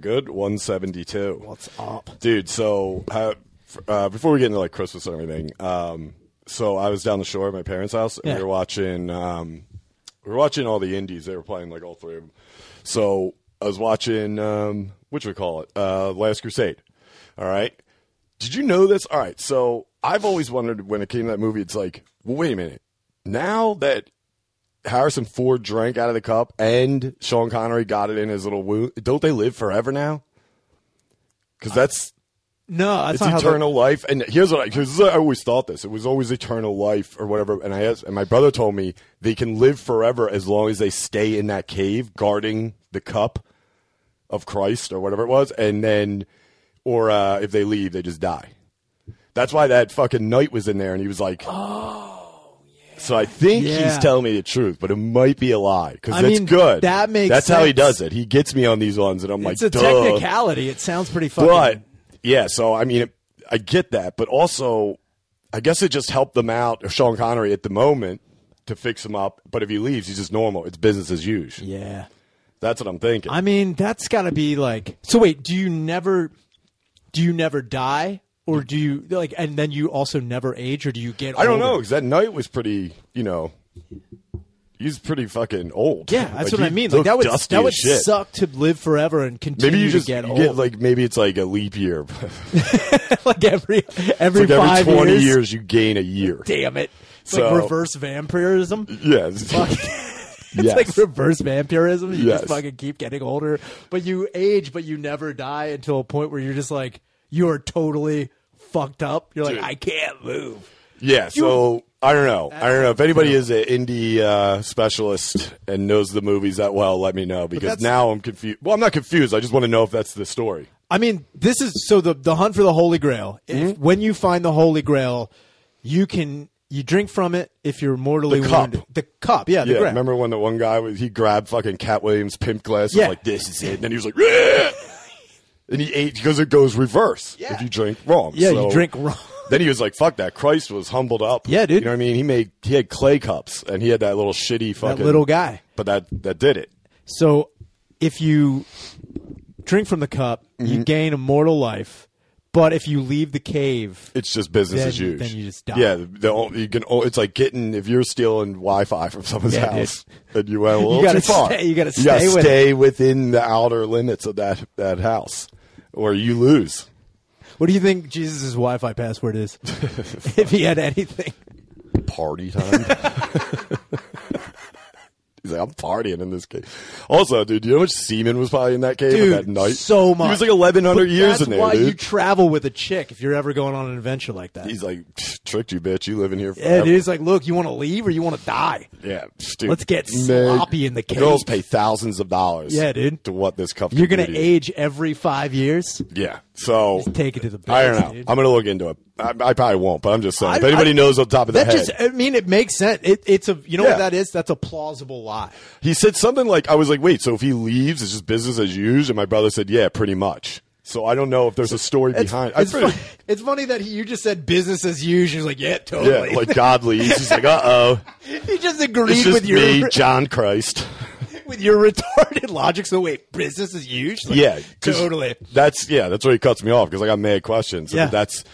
good 172. What's up? dude so uh, f- uh, before we get into like christmas and everything um, so i was down the shore at my parents house and Yeah. we were watching um, we were watching all the indies they were playing like all three of them so i was watching um, what we call it uh, last crusade all right did you know this all right so i've always wondered when it came to that movie it's like well, wait a minute now that Harrison Ford drank out of the cup and Sean Connery got it in his little wound. Don't they live forever now? Because that's No, that's it's not how. eternal life. And here's what I, cause I always thought this. It was always eternal life or whatever. And I asked, and my brother told me they can live forever as long as they stay in that cave guarding the cup of Christ or whatever it was. And then, or uh, if they leave, they just die. That's why that fucking knight was in there, and he was like, "Oh, yeah." So I think he's Yeah. telling me the truth, but it might be a lie because I that's mean, good. that makes that's how he sense. does it. He gets me on these ones, and I'm It's like, a "Duh." technicality. It sounds pretty fucking. But yeah, so I mean, it, I get that, but also, I guess it just helped them out, or Sean Connery at the moment, to fix him up. But if he leaves, he's just normal. It's business as usual. yeah. That's what I'm thinking. I mean, that's got to be like. So wait, do you never, do you never die, or do you like, and then you also never age, or do you get? I don't older? know because that night was pretty, you know, he's pretty fucking old. Yeah, Like, that's what I he mean. Like that looked would dusty that as would shit. suck to live forever and continue Maybe you to just get you old. get like maybe it's like a leap year. It's Like every every like every five twenty years. years. you gain a year. Damn it! It's So- like reverse vampirism. Yes. It's Yes. like reverse vampirism. You Yes. just fucking keep getting older, but you age, but you never die until a point where you're just like you are totally fucked up. You're like, Dude. I can't move. Yeah, so I don't know. I don't know if anybody is an indie uh, specialist and knows the movies that well. Let me know because that's- now I'm confused. Well, I'm not confused. I just want to know if that's the story. I mean, this is so the the hunt for the Holy Grail. If, when you find the Holy Grail, you can you drink from it if you're mortally The cup. wounded. The cup, yeah, the yeah, grail. remember when the one guy was he grabbed fucking Cat Williams pimp glass? Yeah, Yeah. like this is it. And then he was like, "Yeah!" and he ate because it goes reverse Yeah. if you drink wrong. Yeah, So- you drink wrong. Then he was like, "Fuck that!" Christ was humbled up. Yeah, dude. You know what I mean? He made he had clay cups and he had that little shitty fucking little guy. But that that did it. So if you drink from the cup, you gain immortal life. But if you leave the cave, It's just business Then- as usual. then you just die. Yeah, the, the, only- you can. o- It's like getting if you're stealing Wi-Fi from someone's Yeah, dude. house, and you went a little gotta too far. stay- you gotta gotta stay with stay within the outer limits of that that house, or you lose. what do you think Jesus' Wi-Fi password is? if he had anything, Party time. He's like, I'm partying in this cave. Also, dude, do you know how much semen was probably in that cave dude, at that night? so much. He was like 1,100 But years that's in there, why dude. you travel with a chick if you're ever going on an adventure like that. He's like, "Pfft, tricked you, bitch. You living here forever. yeah, dude, it's like, look, you want to leave or you want to die? Yeah, dude. Let's get Man, sloppy in the cave. Girls pay thousands of dollars. Yeah, dude. To what this cup? You're gonna community is. age every five years. Yeah. So take it to the bank. I don't know. Dude. I'm going to look into it. I, I probably won't, but I'm just saying. if I- anybody I- knows on top of their That head, just, I mean, it makes sense. It, it's a, you know Yeah. what that is? That's a plausible lie. he said something like, "I was like, wait, so if he leaves, it's just business as usual." And my brother said, "Yeah, pretty much." So I don't know if there's a story behind. I'm It's, pretty- funny, it's funny that he, you just said business as usual. He's like, yeah, yeah, totally. like God leaves. He's like, "Uh oh, he just agreed it's just with your me, John Christ." with your retarded logic. So wait, business as usual. Like, yeah, 'cause totally. That's yeah, that's where he cuts me off because I got mad questions. Yeah. And that's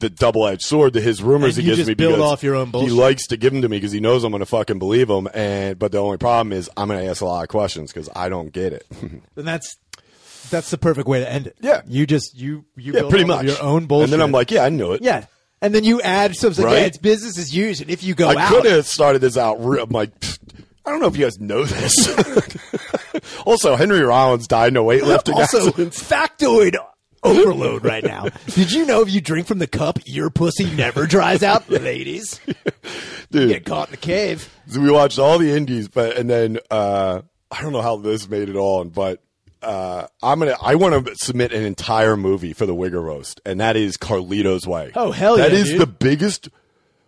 the double-edged sword to his rumors And he you gives just me build because off your own bullshit. he likes to give them to me because he knows I'm going to fucking believe him. And but the only problem is I'm going to ask a lot of questions because I don't get it. And that's that's the perfect way to end it. Yeah. you just you you yeah, build pretty up much your own bullshit. And then I'm like, yeah, I knew it. yeah, and then you add something. Right? Yeah, it's business as usual. And if you go I out, could have started this out. Re- I'm like, "Pfft, I don't know if you guys know this. also, Henry Rollins died in a weightlifting also accident. factoid overload right now. Did you know if you drink from the cup, your pussy never dries out, ladies? Dude, Get caught in the cave. So we watched all the indies, but and then uh, I don't know how this made it on, but uh, I'm gonna I want to submit an entire movie for the Wigger roast, and that is Carlito's Way. Oh, hell That yeah, is dude. the biggest.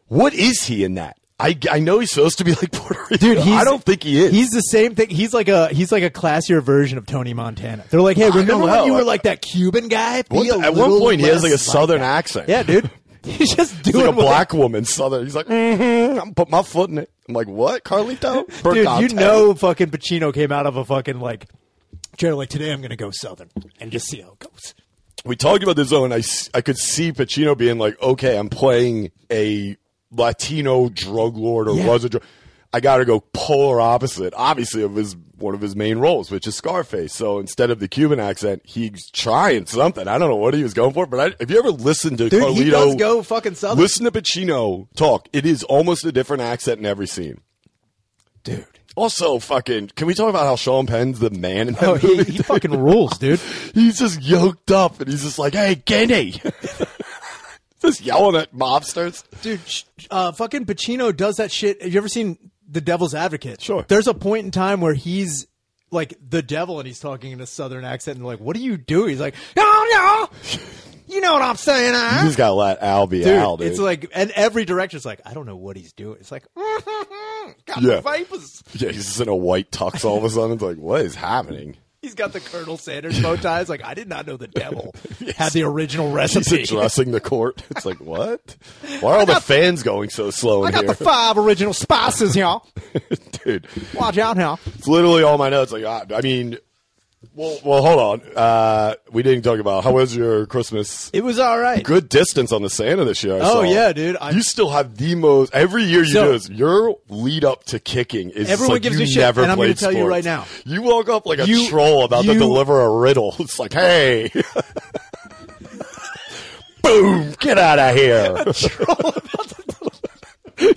What is he in that? I, I know he's supposed to be like Puerto Rican. Dude, he's, I don't think he is. He's the same thing. He's like a he's like a classier version of Tony Montana. They're like, hey, don't remember know. when you were like that Cuban guy? Be One- a at one little point, he has like less a southern accent. Yeah, dude. He's just He's doing like a what- black woman, southern. He's like, mm-hmm, I'm put my foot in it. I'm like, what, Carlito? Dude, you Percontente. know, fucking Pacino came out of a fucking like Jared, like today I'm going to go southern and just see how it goes. we talked about this though, and I, s- I could see Pacino being like, okay, I'm playing a Latino drug lord or Yeah. was a drug. I got to go polar opposite, obviously, of his one of his main roles, which is Scarface. So instead of the Cuban accent, he's trying something. I don't know what he was going for, but I, have you ever listened to Carlito? fucking southern, listen to Pacino talk. It is almost a different accent in every scene. dude. Also, fucking, can we talk about how Sean Penn's the man in that Oh, he, movie? he fucking rules, dude. He's just yoked up and he's just like, hey, Guinea. just yelling at mobsters. Dude, sh- uh, fucking Pacino does that shit. Have you ever seen The Devil's Advocate? Sure. There's a point in time where he's like the devil and he's talking in a southern accent and they're like, what do you do? He's like, no, no. You know what I'm saying, huh? You just gotta let Al be Dude, Al, dude. it's like, and every director's like, I don't know what he's doing. It's like, got Yeah. the vipers. yeah, he's just in a white tux all of a sudden. It's like, what is happening? He's got the Colonel Sanders bow ties. Like, I did not know the devil had the original He's recipe. addressing the court. It's like, what? Why are all the fans going so slow I in got here? the five original spices, y'all. dude, Watch out, y'all. it's literally all my notes. Like, ah, I mean, well, well, hold on. Uh, we didn't talk about how was your Christmas? It was all right. Good distance on the Santa this year. I Oh, saw. yeah, dude. I- you still have the most. Every year you So- do this. Your lead up to kicking is Everyone like gives you me shit, never and I'm gonna played tell you sports. right now. You woke up like a You- troll about to you- deliver a riddle. It's like, hey, boom, get out of here.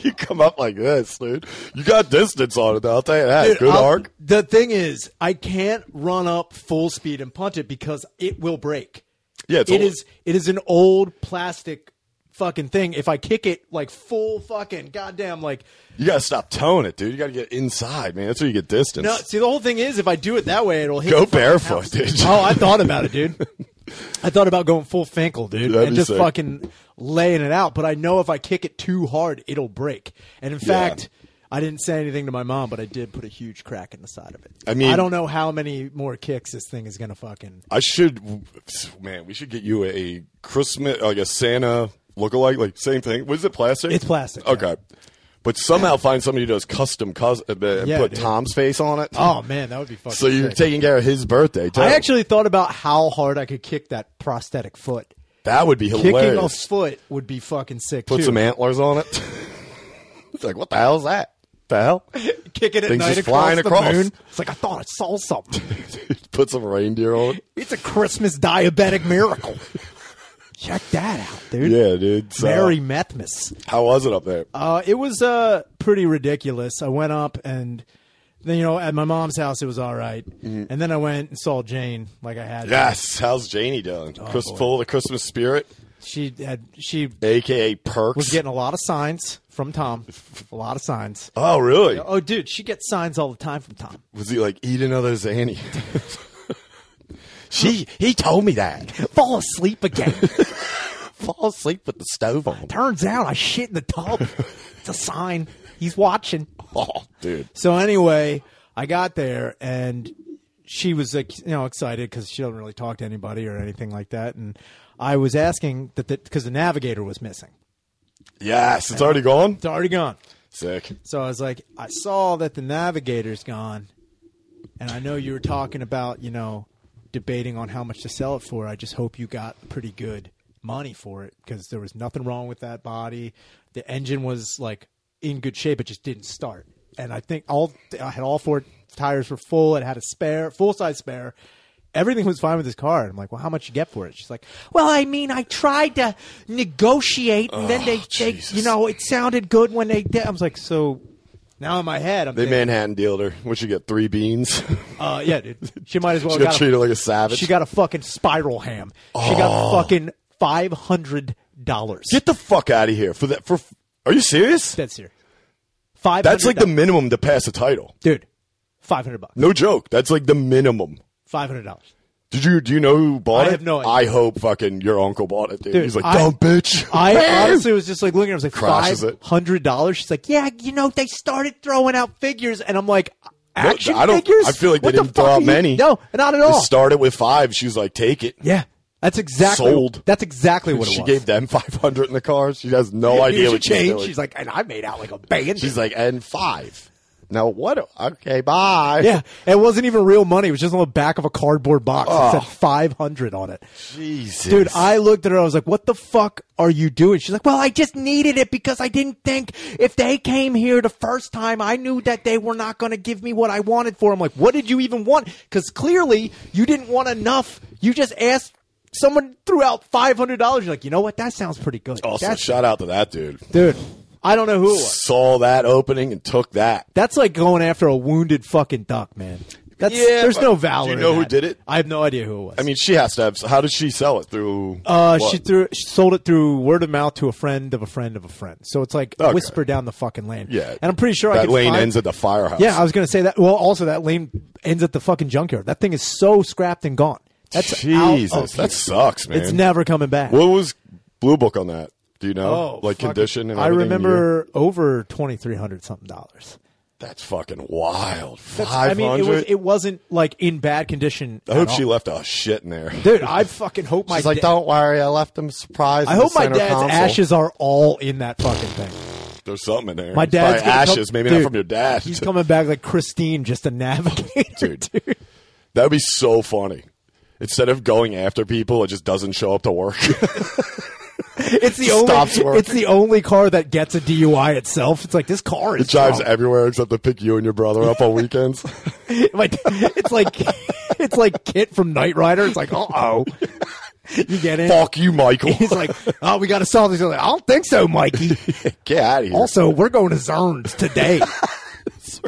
you come up like this, dude. You got distance on it. though, I'll tell you that. Dude, Good I'll- arc. The thing is, I can't run up full speed and punt it because it will break. Yeah, it's It old. is- It is an old plastic fucking thing. If I kick it like full fucking goddamn like You got to stop towing it, dude. You got to get inside, man. That's where you get distance. no. See, the whole thing is, if I do it that way, it'll hit. Go the fucking barefoot, house. dude. Oh, I thought about it, dude. I thought about going full Finkel, dude, That'd and be just sick. fucking laying it out. But I know if I kick it too hard, it'll break. And in fact. I didn't say anything to my mom, but I did put a huge crack in the side of it. I mean- I don't know how many more kicks this thing is going to fucking. I should, man. We should get you a Christmas, like a Santa lookalike, like same thing. Was it plastic? It's plastic, yeah. Okay, but somehow find somebody who does custom, cus- uh, and Yeah, put dude. Tom's face on it. Oh man, that would be fucking. so you're sick. taking care of his birthday. Too. I actually thought about how hard I could kick that prosthetic foot. that would be Kicking a hilarious. foot would be fucking sick Put too. some antlers on it. it's like what the hell's that? The hell? Kick it at things night just across flying the across. moon. It's like I thought I saw something. put some reindeer on it. it's a Christmas diabetic miracle. Check that out, dude. Yeah, dude. So, Merry Methmas. how was it up there? Uh, it was uh, pretty ridiculous. I went up and then you know at my mom's house it was all right, and then I went and saw Jane like I had. yes. How's Janie doing? Chris, boy. full of the Christmas spirit, She had she aka perks. was getting a lot of signs from Tom. A lot of signs. oh, really? Oh, dude, she gets signs all the time from Tom. Was he like eat another Zanny? she he told me that. Fall asleep again. Fall asleep with the stove on. Turns out I shit in the tub. It's a sign. He's watching. Oh, dude. So anyway, I got there and she was like, you know, excited because she doesn't really talk to anybody or anything like that. And I was asking that because the navigator was missing. Yes, it's already gone. It's already gone. Sick. So I was like, I saw that the navigator's gone, and I know you were talking about, you know, debating on how much to sell it for. I just hope you got pretty good money for it because there was nothing wrong with that body. The engine was like in good shape; it just didn't start. And I think all I had all four tires were full. It had a spare, full size spare. Everything was fine with this car. And I'm like, well, how much you get for it? She's like, well, I mean, I tried to negotiate, and then they, they, you Jesus. know, Oh, it sounded good when they did. I was like, so now in my head, I'm They thinking, Manhattan dealed her. What she get? Three beans. uh, yeah, dude, she might as well she have Oh, got got, treated a, like a savage. she got a fucking spiral ham. She got fucking five hundred dollars. Oh. get the fuck out of here for that. For are you serious? That's here. Five. That's like the minimum to pass a title. dude. Five hundred bucks. No joke. That's like the minimum. Five hundred dollars. Did you do you know who bought I it? have no idea. I hope fucking your uncle bought it, dude. Dude, He's like I- dumb bitch. I honestly was just like looking. at her, I was like, Crashes five it. hundred dollars. She's like, yeah, you know, they started throwing out figures, and I'm like, action I don't- figures. I feel like they What the didn't throw fuck out are you- many. No, not at all. started with five. She was like, take it. yeah, that's exactly Sold. That's exactly what it she was. gave them 500 in the car. She has no idea what Here's your she's change. doing. She's like, and I made out like a bandit. She's like, and five. Now what? Okay, bye. Yeah, it wasn't even real money. It was just on the back of a cardboard box. Oh. It said 500 on it. Jesus, Dude, I looked at her. I was like, "What the fuck are you doing?" She's like, "Well, I just needed it because I didn't think if they came here the first time, I knew that they were not going to give me what I wanted for." I'm like, "What did you even want?" Because clearly you didn't want enough. You just asked someone threw out five hundred dollars. You're like, "You know what? That sounds pretty good." also That's- shout out to that dude. dude, I don't know who it was. Saw that opening and took that. That's like going after a wounded fucking duck, man. That's Yeah, there's but no do you valor. in know who that. did it? I have no idea who it was. I mean, she has to have. How did she sell it through? Uh, what? she threw she sold it through word of mouth to a friend of a friend of a friend. So it's like Okay. whisper down the fucking lane. Yeah, and I'm pretty sure I that could lane find- ends at the firehouse. Yeah, I was gonna say that. Well, also that lane ends at the fucking junkyard. That thing is so scrapped and gone. That's out of Jesus, here. that sucks, man. It's never coming back. What was Blue Book on that? Do you know? Oh, like fucking- condition and I everything, year? remember over twenty three hundred something dollars. that's fucking wild. That's- Five I mean, it, was, hundred. it wasn't like in bad condition. I at hope all. she left a shit in there. Dude, I fucking hope my She's like, da- "Don't worry, I left him surprise." I in the hope my center dad's console." ashes are all in that fucking thing. There's something in there. My It's probably dad's gonna come- ashes. maybe Dude, not from your dad. He's coming back like Christine, just a navigator, Dude. That would be so funny. Instead of going after people, it just doesn't show up to work. It's the Stops only. work. It's the only car that gets a DUI itself. It's like this car is it drives drunk. everywhere except to pick you and your brother up on weekends. Like, it's like it's like Kit from Knight Rider. It's like, uh oh, you get in. Fuck you, Michael. He's like, oh, we got to solve this. He's like, I don't think so, Mikey. get out of here. Also, we're going to Zerns today.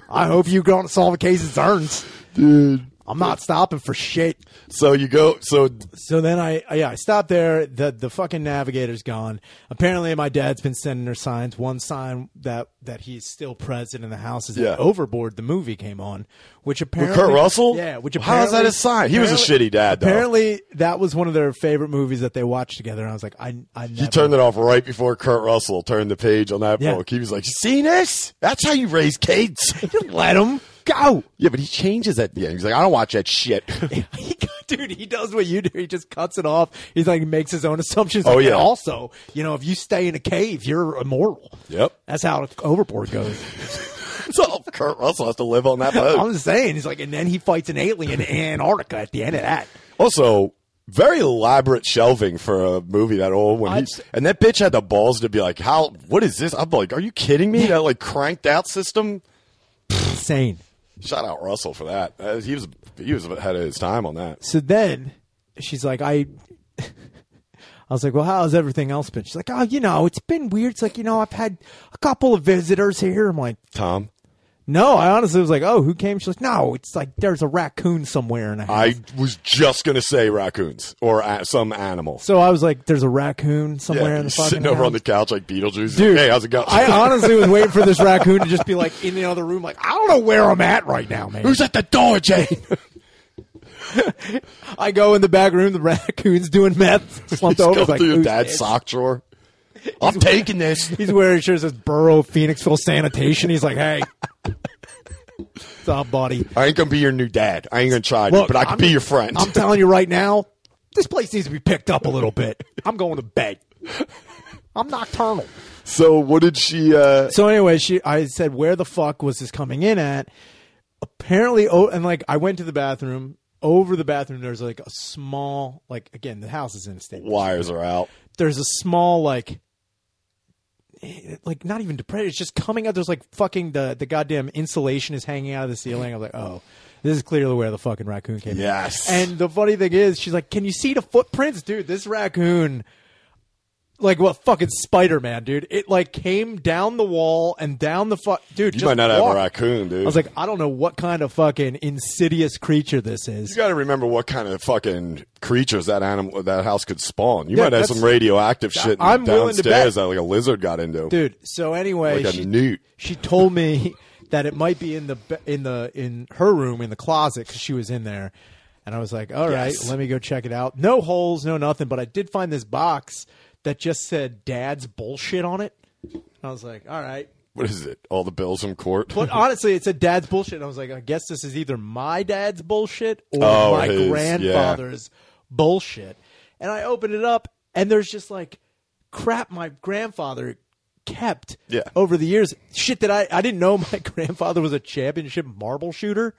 I hope you go and solve a case at Zerns. dude. I'm not stopping for shit. So you go. So So then I I- yeah I stopped there. the The fucking navigator's gone. Apparently, my dad's been sending her signs. One sign that that he's still present in the house is Yeah. that Overboard. The movie came on, which apparently Kurt Russell? Yeah, which apparently How is that a sign? He was a apparently- shitty dad, though. Apparently, that was one of their favorite movies that they watched together. And I was like, I I never, you turned it off right before Kurt Russell turned the page on that Yeah. book. He was like, "You "Seen this? That's how you raise kids." let him go. yeah, but he changes at the end. He's like, "I don't watch that shit." He- Dude, he does what you do. He just cuts it off. He's like makes his own assumptions. Oh, Like, yeah. "And Also, you know, if you stay in a cave, you're immortal. Yep. That's how overboard goes. so Kurt Russell has to live on that boat. I'm just saying. He's like, and then he fights an alien in Antarctica at the end of that. Also, very elaborate shelving for a movie that old when he, I'd s- and that bitch had the balls to be like, "How? What is this?" I'm like, "Are you kidding me?" That like cranked out system. Insane. Shout out Russell for that. Uh, he was he was ahead of his time on that. So then she's like, I. I was like, well, how's everything else been? She's like, oh, you know, it's been weird. It's like, you know, I've had a couple of visitors here. I'm like, Tom, no, I honestly was like, oh, who came? She's like, no, it's like there's a raccoon somewhere in a house. I was just gonna say raccoons or a some animal. so I was like, there's a raccoon somewhere in the fucking sitting over house. on the couch like Beetlejuice. Dude, hey, how's it going? I honestly was waiting for this raccoon to just be like in the other room, like, I don't know where I'm at right now, man. Who's at the door, Jane? I go in the back room. The raccoon's doing meth. Slumped Just over. go It's like, through your "Who's dad's this?" sock drawer. I'm taking this. He's wearing sure says Burrow Phoenixville Sanitation. He's like, hey, what's up, buddy? I ain't gonna be your new dad. I ain't gonna try to, Look, but I can I'm- be your friend. I'm telling you right now, this place needs to be picked up a little bit. I'm going to bed. I'm nocturnal. so what did she? uh So anyway, she I said, where the fuck was this coming in at? Apparently, oh, and like I went to the bathroom. Over the bathroom, there's like a small, like again, the house is in a state. Wires are out. there's a small like like not even depression it's just coming out there's like fucking the the goddamn insulation is hanging out of the ceiling i'm like oh this is clearly where the fucking raccoon came in. Yes. and the funny thing is she's like can you see the footprints dude this raccoon like what fucking spider-man dude it like came down the wall and down the fuck dude You just might not have walked. a raccoon, dude. i was like i don't know what kind of fucking insidious creature this you is got to remember what kind of fucking creatures that animal, that house could spawn. You Yeah, might have that's- some radioactive shit in- I'm willing to downstairs bet. that like a lizard got into, dude so anyway like a she, newt. she told me that it might be in the be- in the in her room in the closet because she was in there, and I was like, "All right, Yes. let me go check it out." No holes, no nothing, but I did find this box that just said "Dad's bullshit" on it. And I was like, "All right." What is it? All the bills from court. But honestly, it said dad's bullshit. And I was like, I guess this is either my dad's bullshit or Oh, my his, yeah. grandfather's bullshit. And I opened it up, and there's just like crap my grandfather kept Yeah. over the years. Shit that I, I didn't know my grandfather was a championship marble shooter,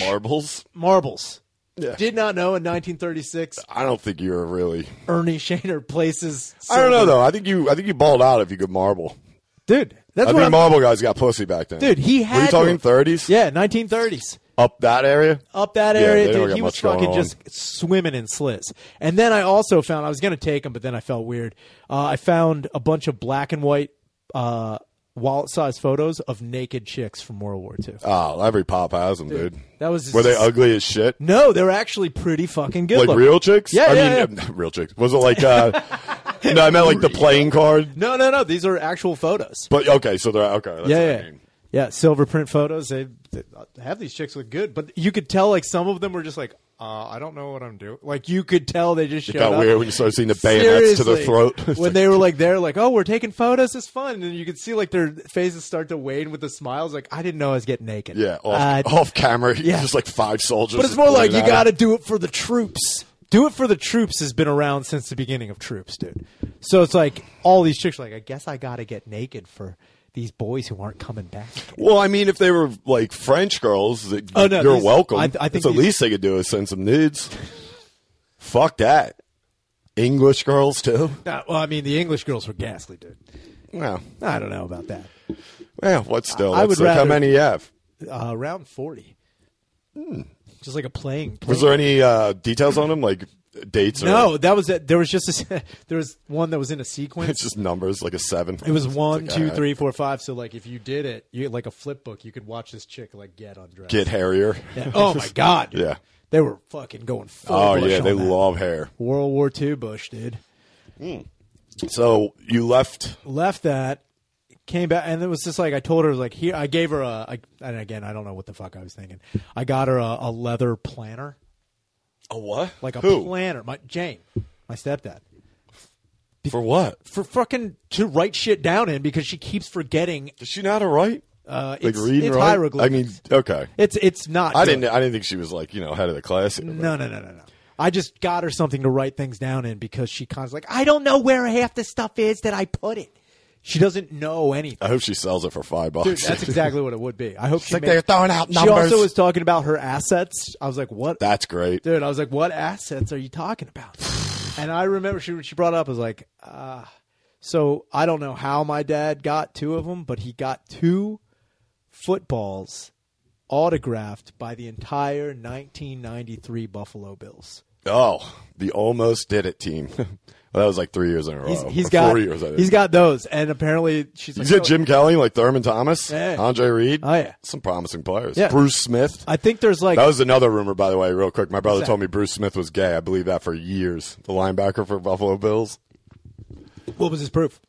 Marbles. marbles. Yeah. Did not know in 1936 I don't think you're really. Ernie Shaner places. I don't know silver. though. I think you. I think you balled out if you could marble. dude. That's I what think I'm, marble guys got pussy back then. dude. He had. Were you to- talking thirties? Yeah, Uh, 1930s. Up that area. up that Yeah, area. they don't dude, got he was much going fucking on. just swimming in slits. And then I also found I was gonna take him, but then I felt weird. Uh, I found a bunch of black and white uh, wallet-sized photos of naked chicks from World War II. Oh, every pop has them, dude. that was just- Were they ugly as shit? no, they're actually pretty fucking good. Like looking. real chicks? Yeah, I yeah, mean, real chicks. Was it like? uh No, I meant like the playing card. No, no, no. These are actual photos. But okay, so they're okay. That's yeah, what yeah. I mean. yeah. Silver print photos. They, they uh, have these chicks look good, but you could tell like some of them were just like. Uh, I don't know what I'm doing. Like you could tell they just It showed got up. weird when you started seeing the bayonets to their Seriously. throat. when they were like there, like, oh, we're taking photos, it's fun, and you could see like their faces start to wane with the smiles. Like, I didn't know I was getting naked. yeah, Uh, off, off camera, yeah. just like five soldiers. but it's more like you got to. to do it for the troops. Do it for the troops has been around since the beginning of troops, dude. So it's like all these chicks are like, I guess I got to get naked for these boys who aren't coming back. Well, I mean, if they were like French girls, that Oh, no, you're these- welcome. I- I think That's the these- least they could do is send some nudes. Fuck that. English girls too. Nah, well, I mean, the English girls were ghastly, dude. Well, I don't know about that. yeah, what still? I- I That's would like how rather- many you have. Uh, around forty, just like a playing. Hmm. Was playing there any uh, details on them, like dates? No, or that was it. There was just a, se- there was one that was in a sequence. it's just numbers, like a seven. It was one, like, two, alright. three, four, five. So like, if you did it, you like a flip book, you could watch this chick like get undressed. Get hairier. Yeah. Oh my god! dude. Yeah. they were fucking going. Full Oh bush yeah, on they that. love hair. World War II Bush, dude. So you left. Left that, came back, and it was just like I told her like here. I gave her a, I, and again I don't know what the fuck I was thinking. I got her a, a leather planner, A what? like a Who? planner. My Jane, my stepdad. for what? For fucking to write shit down in because she keeps forgetting Is she not a right? Uh, like it's read and it's write? I hieroglyphics. mean, okay. it's it's not. I good. didn't. I didn't think she was like you know head of the class. here, but- No, no, no, no, no. I just got her something to write things down in because she kind of like I don't know where half the stuff is that I put it. She doesn't know anything. I hope she sells it for five bucks. Dude, that's exactly what it would be. I hope she. Oh, like made- they're throwing out She numbers. also was talking about her assets. I was like, what? That's great. Dude, I was like, what assets are you talking about? and I remember she she brought up I was like, uh, so I don't know how my dad got two of them, but he got two footballs autographed by the entire 1993 Buffalo Bills. Oh, the almost did it team. well, that was like three years in a row. He's, or he's four got years. I think. he's got those, and apparently she's like, Is it "Oh, Jim Kelly, like Thurman Thomas, Yeah. Andre Reed? Oh, yeah. some promising players. Yeah. Bruce Smith. I think there's like that was another rumor, by the way, real quick. My brother that? told me Bruce Smith was gay. I believe that for years. The linebacker for Buffalo Bills. what was his proof?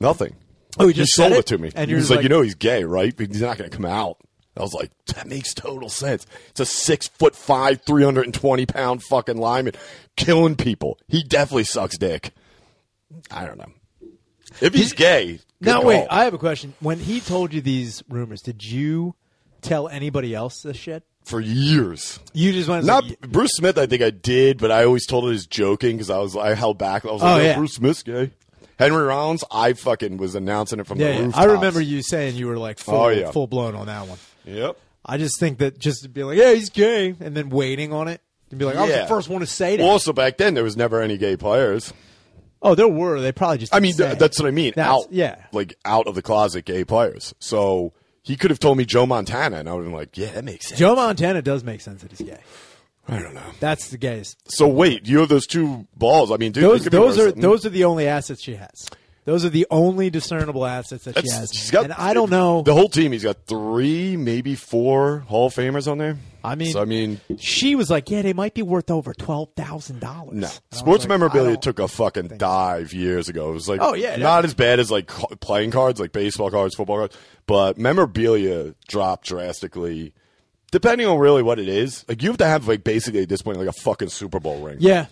Nothing. Oh, he just said sold it, it? to me. And he you're was like, like- you know, he's gay, right? But he's not going to come out. I was like, that makes total sense. It's a six foot five, three hundred and twenty pound fucking lineman killing people. He definitely sucks dick. I don't know if he's gay. good Now call. wait, I have a question. When he told you these rumors, did you tell anybody else this shit? for years. You just went Not like, Bruce Smith. I think I did, but I always told it as joking because I was I held back. I was Oh, like, "No, yeah. Bruce Smith's gay. Henry Rollins. I fucking was announcing it from Yeah, the yeah. roof. I remember you saying you were like full, Oh, yeah. full blown on that one. Yep. I just think that just to be like, yeah, he's gay, and then waiting on it and be like, I was the Yeah. first one to say that. Also, back then there was never any gay players. oh, there were. They probably just. I didn't mean, say th- it. that's what I mean. That's- out, yeah. like out of the closet, gay players. So he could have told me Joe Montana, and I would have been like, "Yeah, that makes sense." Joe Montana does make sense that he's gay. I don't know. That's the gayest. So wait, you have those two balls. I mean, dude, Those it could be those worse are than- those are the only assets she has. Those are the only discernible assets that she That's- has. she's got- and I don't know. The whole team. He's got three, maybe four Hall of Famers on there. I mean- so I mean, she was like, "Yeah, they might be worth over twelve thousand dollars." No. Sports memorabilia took a fucking dive years ago. It was like, Oh, yeah, not as bad as like ca- playing cards, like baseball cards, football cards, but memorabilia dropped drastically. Depending on really what it is, like you have to have like basically at this point like a fucking Super Bowl ring. Yeah,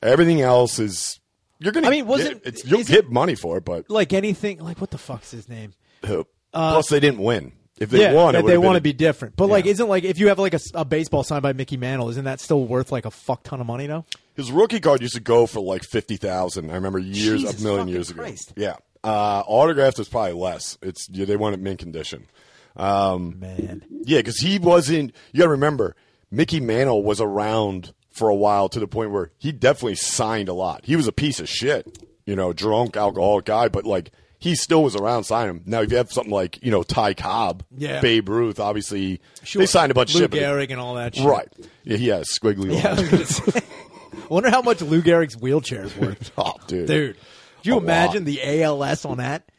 Everything else is you're gonna. I mean, was get- it- It's, you'll is get money for it, but like anything. Like what the fuck's his name? plus they didn't win. If they uh, yeah, won, it that would've they want to been- be different. But like, isn't like if you have like a, s- a baseball signed by Mickey Mantle, isn't that still worth like a fuck ton of money now? His rookie card used to go for like fifty thousand. I remember years, Jesus a million fucking years Christ. ago. Yeah, Uh, autographed is probably less. It's yeah, they want it mint condition. Um, Man, yeah, because he wasn't. You got to remember, Mickey Mantle was around for a while to the point where he definitely signed a lot. He was a piece of shit, you know, drunk, alcoholic guy, but like he still was around signing him. Now, if you have something like you know Ty Cobb, Yeah. Babe Ruth, obviously Sure. they signed a bunch Lou of shit. but- Gehrig and all that. shit. Right. Yeah, he has squiggly Yeah, I lines. was gonna say. I wonder how much Lou Gehrig's wheelchair is worth, Oh, dude. dude. Do you A lot. imagine the ALS on that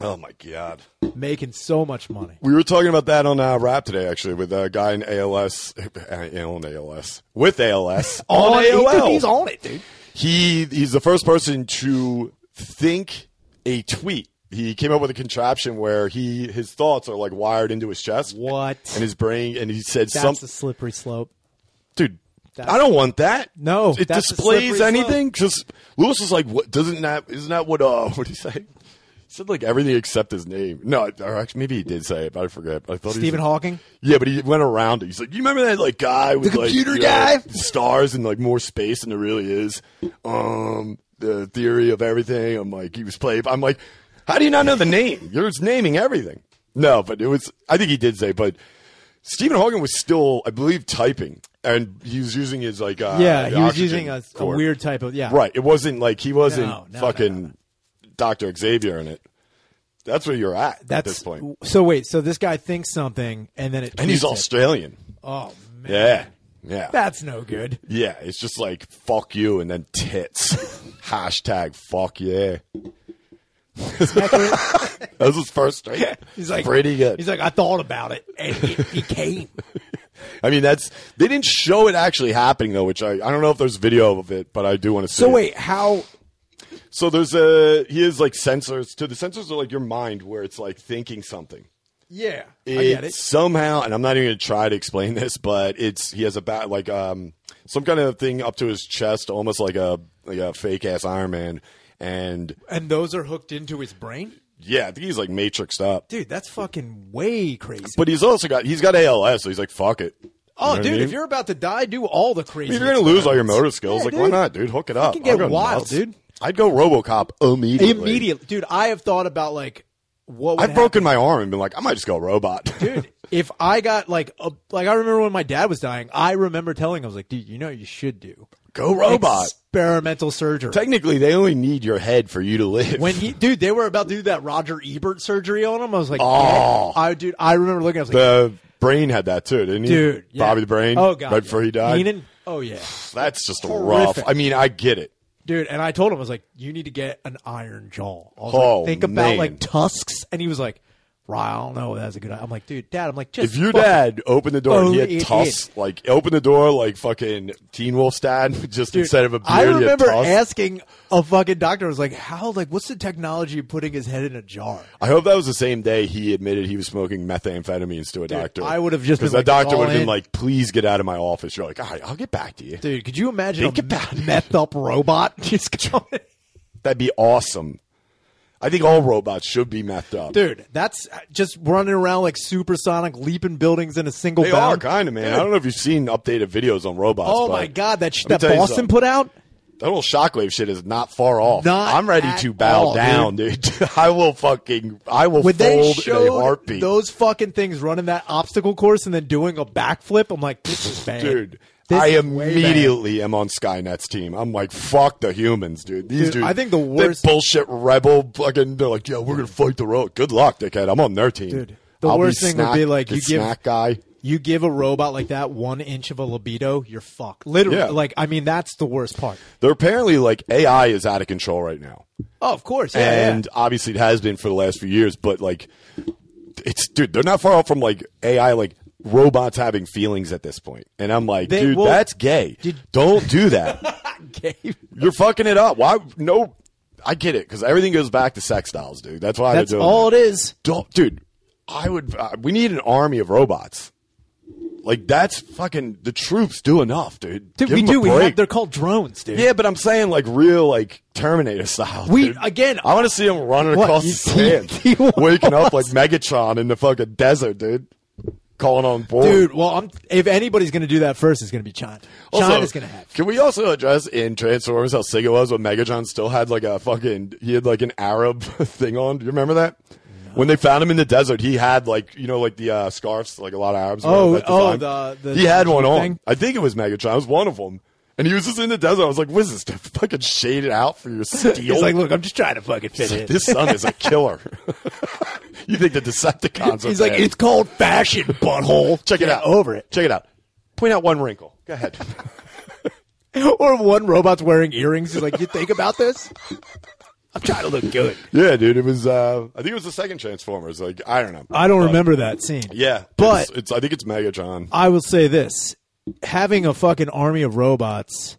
Oh, my God. making so much money? We were talking about that on uh, Rap today, actually, with a guy in ALS, on ALS, with ALS, on, he- AOL. he's on it, dude. He he's the first person to think a tweet. He came up with a contraption where he his thoughts are like wired into his chest. What? And his brain, and he said That's some Oh, a slippery slope. dude. that's- I don't want that. No, it that's a displays slippery anything. Just Lewis was like, "What doesn't that? Isn't that what? Uh, what did he say?" He said like everything except his name. No, or actually, maybe he did say it, but I forget. I thought he Stephen said- Hawking. yeah, but he went around it. He's like, you remember that like guy with The like, computer you guy? stars and like more space than there really is. Um, the theory of everything. I'm like, he was played. I'm like, how do you not know the name? You're just naming everything. No, but it was. I think he did say, but Stephen Hawking was still, I believe, typing, and he was using his like, uh, yeah, he was oxygen using a, a cord. weird type of yeah. Right. It wasn't like he wasn't No, no, fucking no, Doctor Xavier in it. That's where you're at at That's this point, So wait, so this guy thinks something and then it and he's tweets it. Australian. Oh man, Yeah. Yeah. that's no good. Yeah, it's just like fuck you and then tits. Hashtag fuck yeah. that was his first tweet. He's like pretty good. He's like I thought about it and it became. I mean, that's they didn't show it actually happening though, which I, I don't know if there's video of it, but I do want to see. so it. wait, how? so there's a he has like sensors. To the sensors are like your mind, where it's like thinking something. Yeah, I It's get it. somehow, and I'm not even going to try to explain this, but it's he has a bat like um some kind of thing up to his chest, almost like a like a fake ass Iron Man, and And those are hooked into his brain, Yeah, I think he's like matrixed up. dude. That's fucking way crazy. But he's also got he's got ALS, so he's like, fuck it. You know oh, what I dude, mean? if you're about to die, do all the I crazy. mean, if you're gonna lose all your experiments. motor skills, Yeah, like dude. why not, dude? Hook it up. Fucking get I'll go wild, nuts. dude. I'd go RoboCop immediately. Immediately, dude. I have thought about like what would I've happen- broken my arm and been like, I might just go robot. dude. If I got like a, like I remember when my dad was dying, I remember telling him I was like, dude, you know what you should do go robot. experimental surgery. Technically, they only need your head for you to live. when he, dude, they were about to do that Roger Ebert surgery on him. I was like, Oh. yeah. I dude, I remember looking. I was like, the brain had that too, didn't he? dude, yeah. Bobby the Brain. Oh god, right before he died. Heenan? Oh yeah, That's just Horrific. rough. I mean, I get it. dude. And I told him I was like, you need to get an iron jaw. I was Oh, like, think about man. like tusks. And he was like, "Right, I don't know. That's a good. I'm like, dude, dad. I'm like, just If your fucking- dad opened the door and he Phone had it tusks, like open the door like fucking Teen Wolf dad, just Dude, instead of a beard, I he had remember tusks. asking a fucking doctor. I was like, "How? Like, what's the technology of putting his head in a jar?" I hope that was the same day he admitted he was smoking methamphetamines to a doctor. I would have just because been that like, doctor all would have in. been like, "Please get out of my office." You're like, "All right, I'll get back to you." Dude, could you imagine Think a about it. meth up robot just coming? That'd be awesome. I think all robots should be methed up. Dude, that's uh, just running around like supersonic, leaping buildings in a single they are bound. kind of man. I don't know if you've seen updated videos on robots. oh but my god, that shit Let me that tell you Boston something. put out. that little shockwave shit is not far off. Not I'm ready at to bow all, down, dude. I will fucking, I will When they fold in a showed heartbeat. those fucking things running that obstacle course and then doing a backflip, I'm like, this is bad, dude. This I is way bad. immediately am on Skynet's team. I'm like, fuck the humans, dude. These Dude, dudes, I think the they worst- bullshit rebel fucking. They're like, yeah, we're gonna fight the road. Good luck, dickhead. I'm on their team, Dude, the I'll worst be thing would snack- be, like, the you give- snack guy. You give a robot like that one inch of a libido, you're fucked. Literally, Yeah. like I mean, that's the worst part. They're apparently like AI is out of control right now, Oh, of course, yeah, and obviously it has been for the last few years. But like, it's dude, they're not far off from like AI, like robots having feelings at this point. And I'm like, They dude, will- that's gay. Don't do that. yeah. Gabe. You're fucking it up. Why? No, I get it because everything goes back to sex dolls, dude. That's why That's they're doing. all It. it is. Don't, dude. I would. Uh, we need an army of robots. Like that's fucking the troops do enough, dude. Dude, Give we them a do. We have, break. they're called drones, dude. yeah, but I'm saying like real like Terminator style. We- dude. again- I want to see them running What, across you the sand, see- you waking up like Megatron in the fucking desert, dude. calling on board. Dude, well, I'm, if anybody's going to do that first, it's going to be China. Also, China's going to have. Can we also address in Transformers how sick it was when Megatron still had like a fucking he had like an Arab thing on? Do you remember that? When they found him in the desert, he had like you know like the uh, scarves like a lot of Arabs. wear Oh, at oh, time. the- the he had one on. thing? I think it was Megatron. It was one of them, and he was just in the desert. I was like, "What is this fucking shaded out for your steel?" He's like, look, I'm just trying to fucking fit in. "This son is a killer." you think the Decepticons? Are He's like, bad. it's called fashion, butthole. Check it Get out. Over it. Check it out. Point out one wrinkle. Go ahead. Or one robot's wearing earrings. He's like, you think about this? I'm trying to look good. yeah, dude. It was. Uh, I think it was the second Transformers. Like I don't know. I don't remember that scene. Yeah, But- it's, it's- I think it's Megatron. I will say this: having a fucking army of robots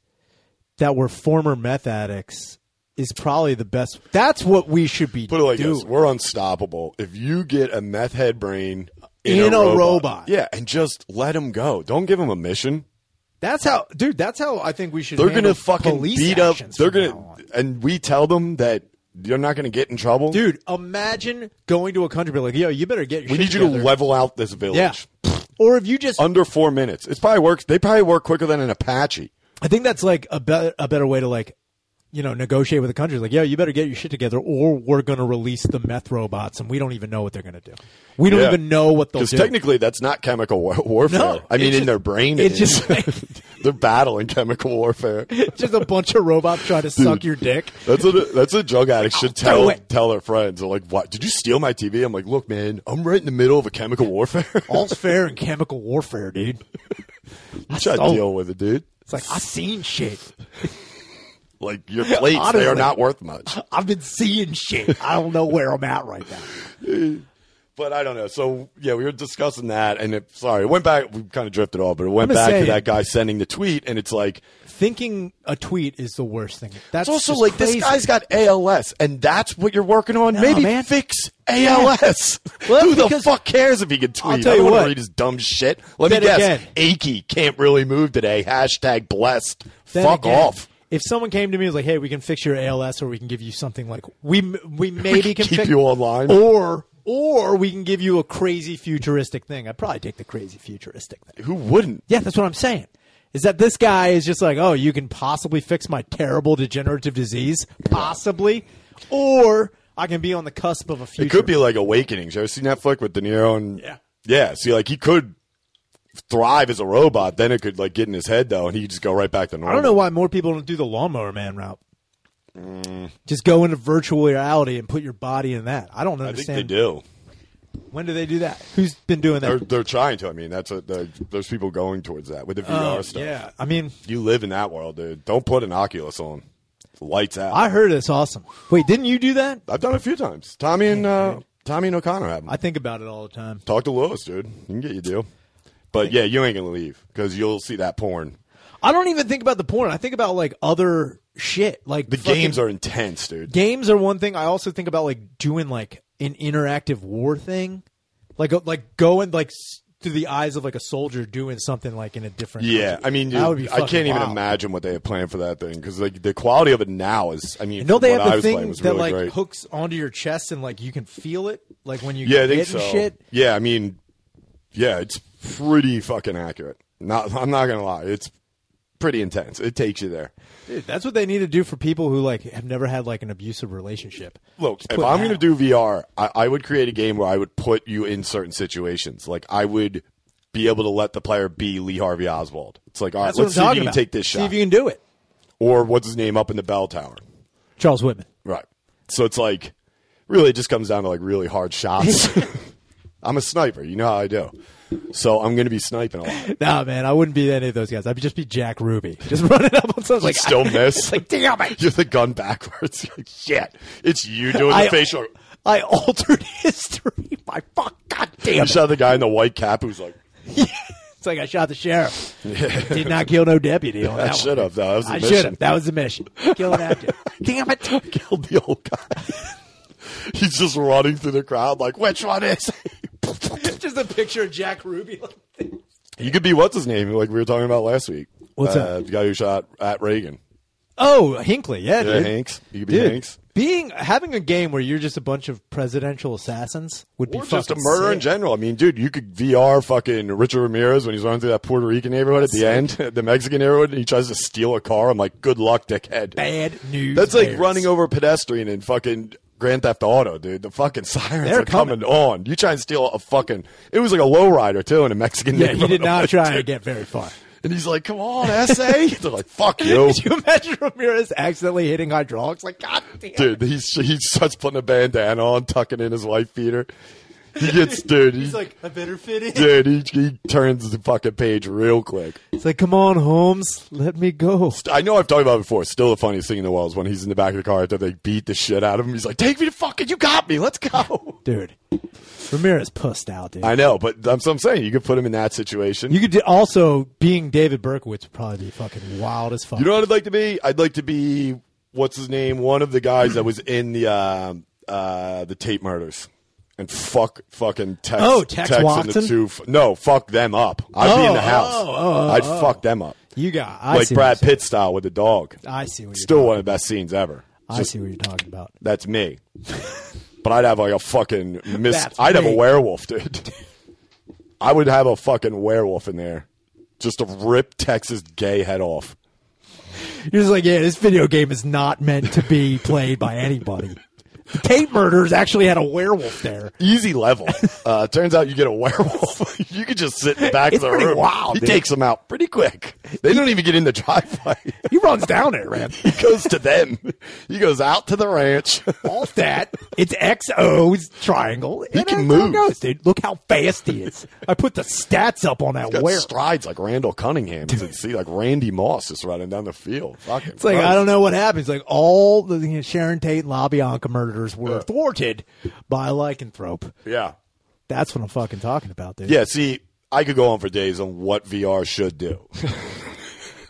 that were former meth addicts is probably the best. That's what we should be Put it like doing. this: we're unstoppable. If you get a meth head brain in, In a robot. yeah, and just let him go. Don't give him a mission. That's how, dude. That's how I think we should. They're handle gonna fucking police beat up. actions They're from gonna, now on. and we tell them that you're not gonna get in trouble. dude. Imagine going to a country, be like, yo, you better get your. we shit need you together. to level out this village. Yeah. Or if you just, Under four minutes. It's probably works. They probably work quicker than an Apache. I think that's like a better a better way to like, you know, negotiate with the country. Like, yo, you better get your shit together, or we're gonna release the meth robots, and we don't even know what they're gonna do. We don't Yeah. even know what they'll Because do. technically, that's not chemical war- warfare. No, I mean, it's in just- their brain, it it is. just- They're battling chemical warfare. just a bunch of robots trying to suck your dick. That's what that's what drug addicts should do tell it. tell their friends. They're like, "What? Did you steal my TV?" I'm like, "Look, man, I'm right in the middle of a chemical warfare. you All's fair in chemical warfare, dude. try I to stole- deal with it, dude. It's like I seen shit. Like your plates, they are Honestly. not worth much." I've been seeing shit. I don't know where I'm at right now. But I don't know. So yeah, we were discussing that, and it, sorry, it went back. We kind of drifted off, but it went I'm just back to saying. that guy sending the tweet, and it's like Thinking a tweet is the worst thing. That's it's also just like crazy. this guy's got ALS, and that's what you're working on. Maybe man. fix ALS. Well, Who the because- fuck cares if he can tweet? I'll tell I you don't wanna what. read his dumb shit. Let me Then guess. again- Achy can't really move today. Hashtag blessed. Then fuck again, off. If someone came to me and was like, "Hey, we can fix your ALS, or we can give you something like we we maybe can can keep fix you online." or or we can give you a crazy futuristic thing." I'd probably take the crazy futuristic thing. Who wouldn't? Yeah, that's what I'm saying. Is that this guy is just like, oh, you can possibly fix my terrible degenerative disease, possibly, or I can be on the cusp of a future. It could be like Awakenings. You ever seen that flick with De Niro and Yeah. yeah. See, like he could thrive as a robot. Then it could like get in his head though, and he could just go right back to normal. I don't know why more people don't do the lawnmower man route. Mm. Just go into virtual reality and put your body in that. I don't I think understand. they do. When do they do that? Who's been doing They're, that? they're trying to. I mean, that's a, the- there's people going towards that with the VR Oh, stuff. Yeah, I mean, You live in that world, dude. Don't put an Oculus on. Lights out. I, I heard it's awesome. Wait, didn't you do that? have done it a few times. Tommy and uh, Tommy and O'Connor have them. I think about it all the time. Talk to Lois, dude. You can get your deal. But yeah, you ain't gonna leave because you'll see that porn. I don't even think about the porn. I think about like other shit, like The games are intense, dude. games are one thing. I also think about like doing like an interactive war thing, like go- like going like s- through the eyes of like a soldier doing something like in a different. Yeah, country. I mean, dude, That would be I fucking can't even wild. imagine what they have planned for that thing because like the quality of it now is. I mean, And don't they from what have I the was thing playing was that really like great. hooks onto your chest and like you can feel it, like when you yeah, I get think hit so. and shit? Yeah, I mean, yeah, it's pretty fucking accurate. Not, I'm not gonna lie, it's pretty intense. It takes you there. Dude, that's what they need to do for people who like have never had like an abusive relationship. Look, Just if put I'm that going to out. do VR, I, I would create a game where I would put you in certain situations. Like I would be able to let the player be Lee Harvey Oswald. It's like, all right, that's what let's see I'm if talking you can about. take this see shot, if you can do it. or what's his name up in the bell tower, Charles Whitman. right? So it's like, really, it just comes down to like really hard shots. I'm a sniper, you know how I do. So I'm going to be sniping a lot. Nah, man, I wouldn't be any of those guys. I'd just be Jack Ruby, just running up on something like Still miss. It's like damn it, You're the gun backwards. You're like, shit, it's you doing the I- facial. I altered history. My fuck, goddamn! You it. shot the guy in the white cap who's like, It's like I shot the sheriff. Did not kill no deputy on I that should one. have. though. That was the I mission. should have. That was the mission. Kill an actor. damn it! killed the old guy. He's just running through the crowd like, which one is? it?" just a picture of Jack Ruby. Like this. you could be what's his name, like we were talking about last week. What's uh, that? The guy who shot at Reagan. Oh, Hinkley. Yeah, Yeah, dude. Hanks. You could be Dude. Hanks. being having a game where you're just a bunch of presidential assassins would be Or just a fucking murder in sick. general. I mean, dude, you could VR fucking Richard Ramirez when he's running through that Puerto Rican neighborhood at the end, the Mexican neighborhood, and he tries to steal a car. I'm like, good luck, dickhead. Bad news. That's like bears. running over a pedestrian in fucking Grand Theft Auto, dude. The fucking sirens They're are coming. on. You try and steal a fucking. It was like a lowrider too in a Mexican Yeah, he neighborhood. did not try to get very far. And he's like, "Come on, essay." They're like, "Fuck you." Could you imagine Ramirez accidentally hitting hydraulics? Like, god damn. Dude, he's, he starts putting a bandana on, tucking in his wife beater. He gets, dude. He's He's like, I better fit in. dude, he, he turns the fucking page real quick. It's like, come on, Holmes, let me go. I know I've talked about it before. It's still the funniest thing in the world is when he's in the back of the car after they beat the shit out of him. He's like, "Take me to fucking, you got me. Let's go." Dude, Ramirez pussed out, dude. I know, but that's what I'm saying. You could put him in that situation. you could do, also, being David Berkowitz would probably be fucking wild as fuck. You know what I'd like to be? I'd like to be what's his name? One of the guys that was in the um uh, the Tate murders. And fuck fucking Tex. Oh, Tex and the Watson? two. f- no, fuck them up. I'd be in the Oh, house. oh, oh, I'd fuck them up. You got, I like see Brad what you're Pitt style with the dog. saying. I see what you're Still talking- one of the best scenes ever. I Just- see what you're talking about. that's me. but I'd have like a fucking miss. That's I'd have a me. werewolf, dude. I would have a fucking werewolf in there, just to rip Texas gay head off. You're just like, yeah, this video game is not meant to be played by anybody. The Tate murders actually had a werewolf there. easy level. Uh, turns out you get a werewolf. you could just sit in the back It's of the pretty room. wild, he dude. takes them out pretty quick. They don't even get in the driveway. He runs down there, man. he goes to them. He goes out to the ranch. Off that, it's XO's triangle. He can move. goes, dude. Look how fast he is. I put the stats up on that Got werewolf. strides like Randall Cunningham. You can see like Randy Moss is running down the field. Fucking It's like I don't know what happens. Like all the you know, Sharon Tate and LaBianca murders were thwarted by a lycanthrope. Yeah, That's what I'm fucking talking about, dude. yeah. See, I could go on for days on what VR should do.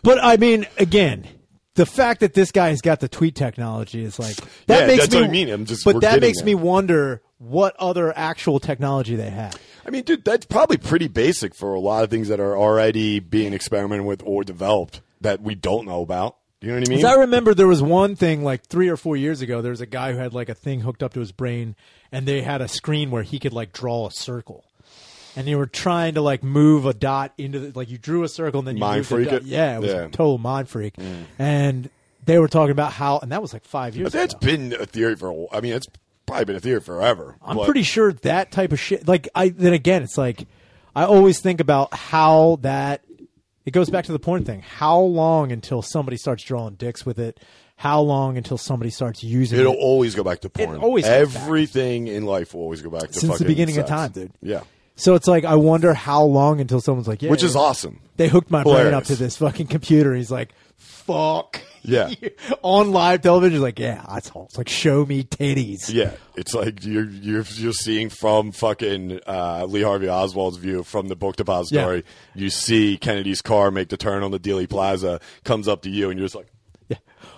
But I mean, again, the fact that this guy's got the tweet technology is like that Yeah, makes that's me. what I mean. I'm just- we're but that getting makes there. me wonder what other actual technology they have. I mean, dude, that's probably pretty basic for a lot of things that are already being experimented with or developed that we don't know about. You know what I mean? Because I remember there was one thing like three or four years ago. There was a guy who had like a thing hooked up to his brain, and they had a screen where he could like draw a circle. And you were trying to like move a dot into the, like you drew a circle and then you Mind moved the freak dot. it? Yeah, it was Yeah. Mm. a total mind freak. And they were talking about how, and that was like five years. But that's ago. been a theory for. a wh- I mean, it's probably been a theory forever. I'm but- pretty sure that type of shit. Like I then again, it's like I always think about how that it goes back to the porn thing. How long until somebody starts drawing dicks with it? How long until somebody starts using It'll it? always go back to porn. always goes back. everything in life will always go back to Since the fucking beginning sex. of time, dude. Yeah, So it's like I wonder how long until someone's like, yeah, which is yeah. awesome. They hooked my brain up Hilarious. to this fucking computer. He's like, fuck. Yeah. On live television, he's like, yeah, that's all. It's like, show me titties. Yeah, it's like you're you're you're seeing from fucking uh, Lee Harvey Oswald's view from the book depository. You see Kennedy's car make the turn on the Dealey Plaza, comes up to you, and you're just like,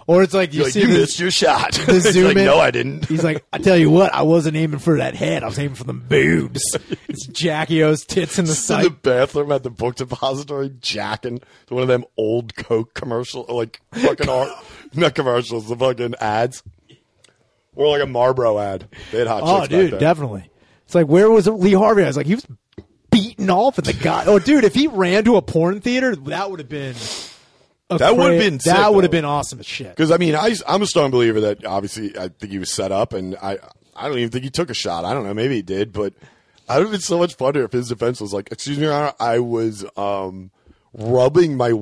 Or it's like you you're like, see you this- missed your shot. the It's zoom like, in. no, I didn't. He's like, I tell you what, I wasn't aiming for that head. I was aiming for the boobs. It's Jackie O's tits in in the the side. bathroom at the book depository, jacking to one of them old Coke commercial, like fucking art, not commercials, the fucking ads. Or like a Marlboro ad. They had hot Oh, chicks dude, back then. definitely. It's like, where was Lee Harvey? I was like, he was beaten off at the guy. Oh, dude, if he ran to a porn theater, that would have been. a That would've cra- been sick, that would have though. been awesome as shit. Because I mean, I, am a strong believer that obviously I think he was set up, and I I don't even think he took a shot. I don't know, maybe he did, but I would have been so much funnier if his defense was like, "Excuse me, Your Honor, I was um rubbing my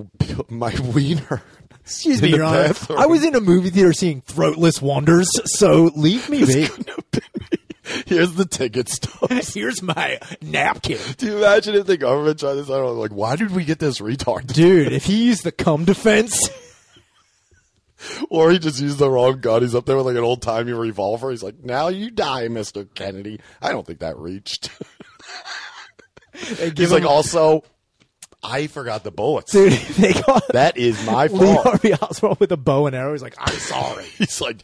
my wiener." Excuse in me, the Your Honor. bathroom. I was in a movie theater seeing Throatless Wonders, so leave me be. Here's the ticket stub. Here's my napkin. Do you imagine if the government tried this? I don't know. Like, why did we get this retard? Dude, if he used the cum defense. Or he just used the wrong gun. He's up there with like an old timey revolver. He's like, now you die, Mr. Kennedy. I don't think that reached. He's like, also, I forgot the bullets. dude, they got That is my Lee fault. Harvey Oswald with a bow and arrow. He's like, I'm sorry. He's like,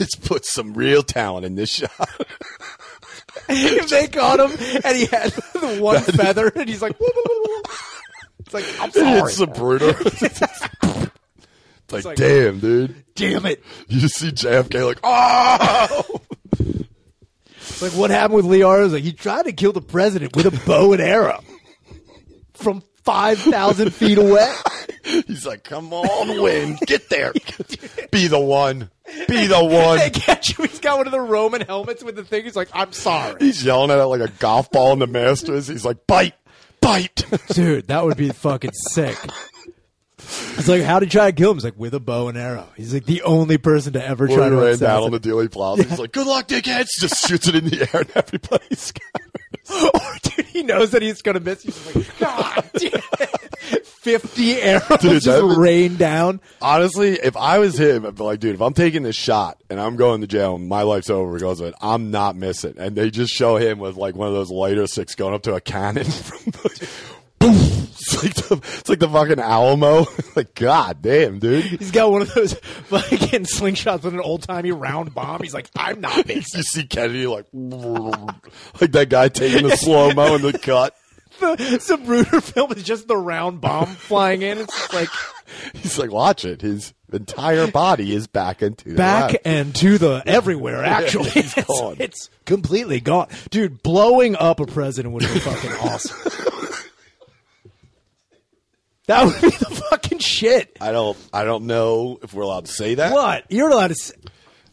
let's put some real talent in this shot. if they caught him and he had the one feather, and he's like, "Whoa, whoa, whoa, whoa." it's like, I'm sorry. It's a brutal. It's like, like- damn, dude. Damn it! You just see JFK like, oh, It's like what happened with Lee Arnold. Like he tried to kill the president with a bow and arrow from five thousand feet away. he's like, come on, win, get there, be the one, be the one. They catch you. He's got one of the Roman helmets with the thing. He's like, I'm sorry, He's yelling at it like a golf ball in the Masters. He's like, bite, bite. dude. That would be fucking sick. He's like, how did you try to kill him? He's like, with a bow and arrow. He's like the only person to ever try Trying to to ran down on assassinate. the Dealey Plaza. He's like, good luck, dickheads. Just shoots it in the air and everybody scatters. or dude, he knows that he's gonna miss. He's like, God damn it. Fifty arrows Dude, just that would- rain down. Honestly, if I was him, I'd be like, dude, if I'm taking this shot and I'm going to jail, and my life's over because of it. I'm not missing. And they just show him with like one of those lighter sticks going up to a cannon from the. Boom! It's like the, it's like the fucking Alamo. like, god damn, dude. He's got one of those fucking slingshots with an old timey round bomb. He's like, I'm not You missing. see Kennedy like, like that guy taking the slow mo in the cut. The, some Bruder film is just the round bomb flying in. It's just like He's like, watch it. His entire body is back into the back left. and to the everywhere. Actually, he's it's, gone. it's completely gone, dude. Blowing up a president would be fucking awesome. That would be the fucking shit. I don't. I don't know if we're allowed to say that. What you're allowed to? s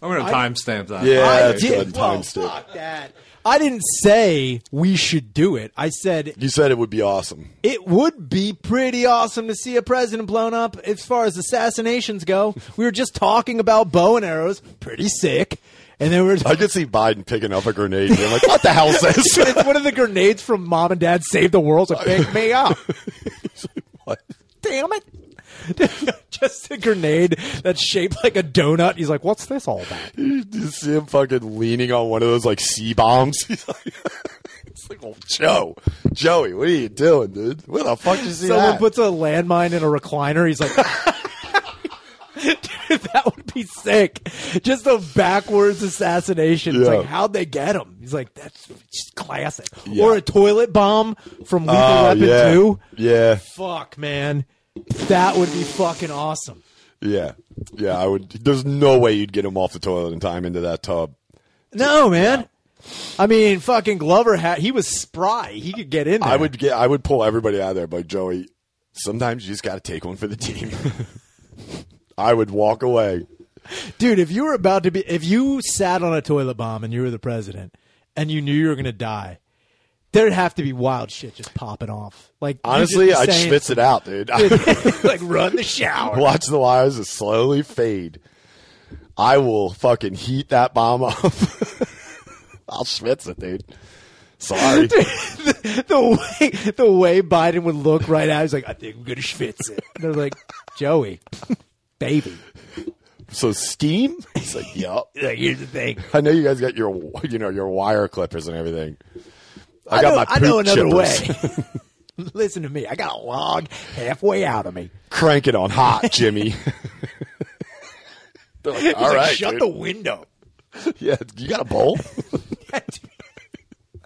I'm gonna timestamp that. Yeah, I it's did. got a time Well, stamp. fuck that. I didn't say we should do it. I said You said it would be awesome. it would be pretty awesome to see a president blown up as far as assassinations go. We were just talking about bow and arrows, pretty sick. And then we were I could see Biden picking up a grenade. And I'm like, what the hell is this? it's one of the grenades from Mom and Dad Save the World to pick me up. What? Damn it. just a grenade that's shaped like a donut. He's like, what's this all about? You just see him fucking leaning on one of those like C bombs. He's like, it's like, well, Joe, Joey, what are you doing, dude? Where the fuck did you see Someone that? puts a landmine in a recliner. He's like, Dude, that would be sick. Just a backwards assassination. It's Yeah. like, how'd they get him? He's like, that's just classic. Yeah. Or a toilet bomb from Lethal oh, Weapon yeah. 2. Yeah, Fuck, man. That would be fucking awesome. yeah, yeah. I would. There's no way you'd get him off the toilet in time into that tub. No, man. I mean, fucking Glover had, he was spry. He could get in there. I would get. I would pull everybody out of there, but Joey, sometimes you just got to take one for the team. I would walk away. Dude, if you were about to be, if you sat on a toilet bomb and you were the president and you knew you were going to die, there'd have to be wild shit just popping off. Like you're Honestly, just I'd saying- schwitz it out, dude. like run the shower. Watch the wires just slowly fade. I will fucking heat that bomb up. I'll schwitz it, dude. Sorry. the, the way the way Biden would look right now, he's like, I think I'm going to schwitz it. And they're like, Joey, baby. So steam? He's like, yup. Like, here's the thing. I know you guys got your, you know, your wire clippers and everything. I, I got know, my I know poop another chippers. way. Listen to me. I got a log halfway out of me. Crank it on hot, Jimmy. They're like, all He's like, right, shut dude. the window. yeah, you got a bowl?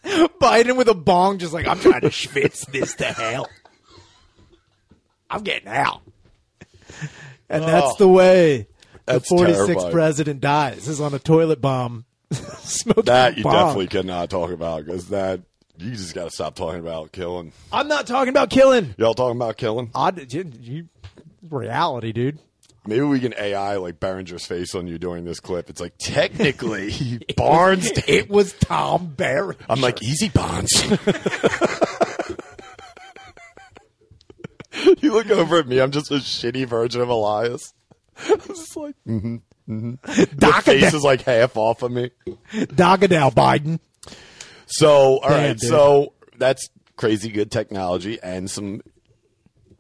Biden with a bong, just like I'm trying to schwitz this to hell. I'm getting out. And that's Oh. the way That's the 46th terrifying. president dies is on a toilet bomb. Smoking that a you bong. definitely cannot talk about because that you just got to stop talking about killing. I'm not talking about killing. Y'all talking about killing? Odd, you, you- reality, dude. Maybe we can AI like Behringer's face on you during this clip. It's like technically Barnes. It was Tom Barry. I'm like easy Barnes. you look over at me. I'm just a shitty version of Elias. I'm just like mhm, mhm. The Doc face Adele. is like half off of me. Dogadal Biden. So all right, Damn, dude. so that's crazy good technology and some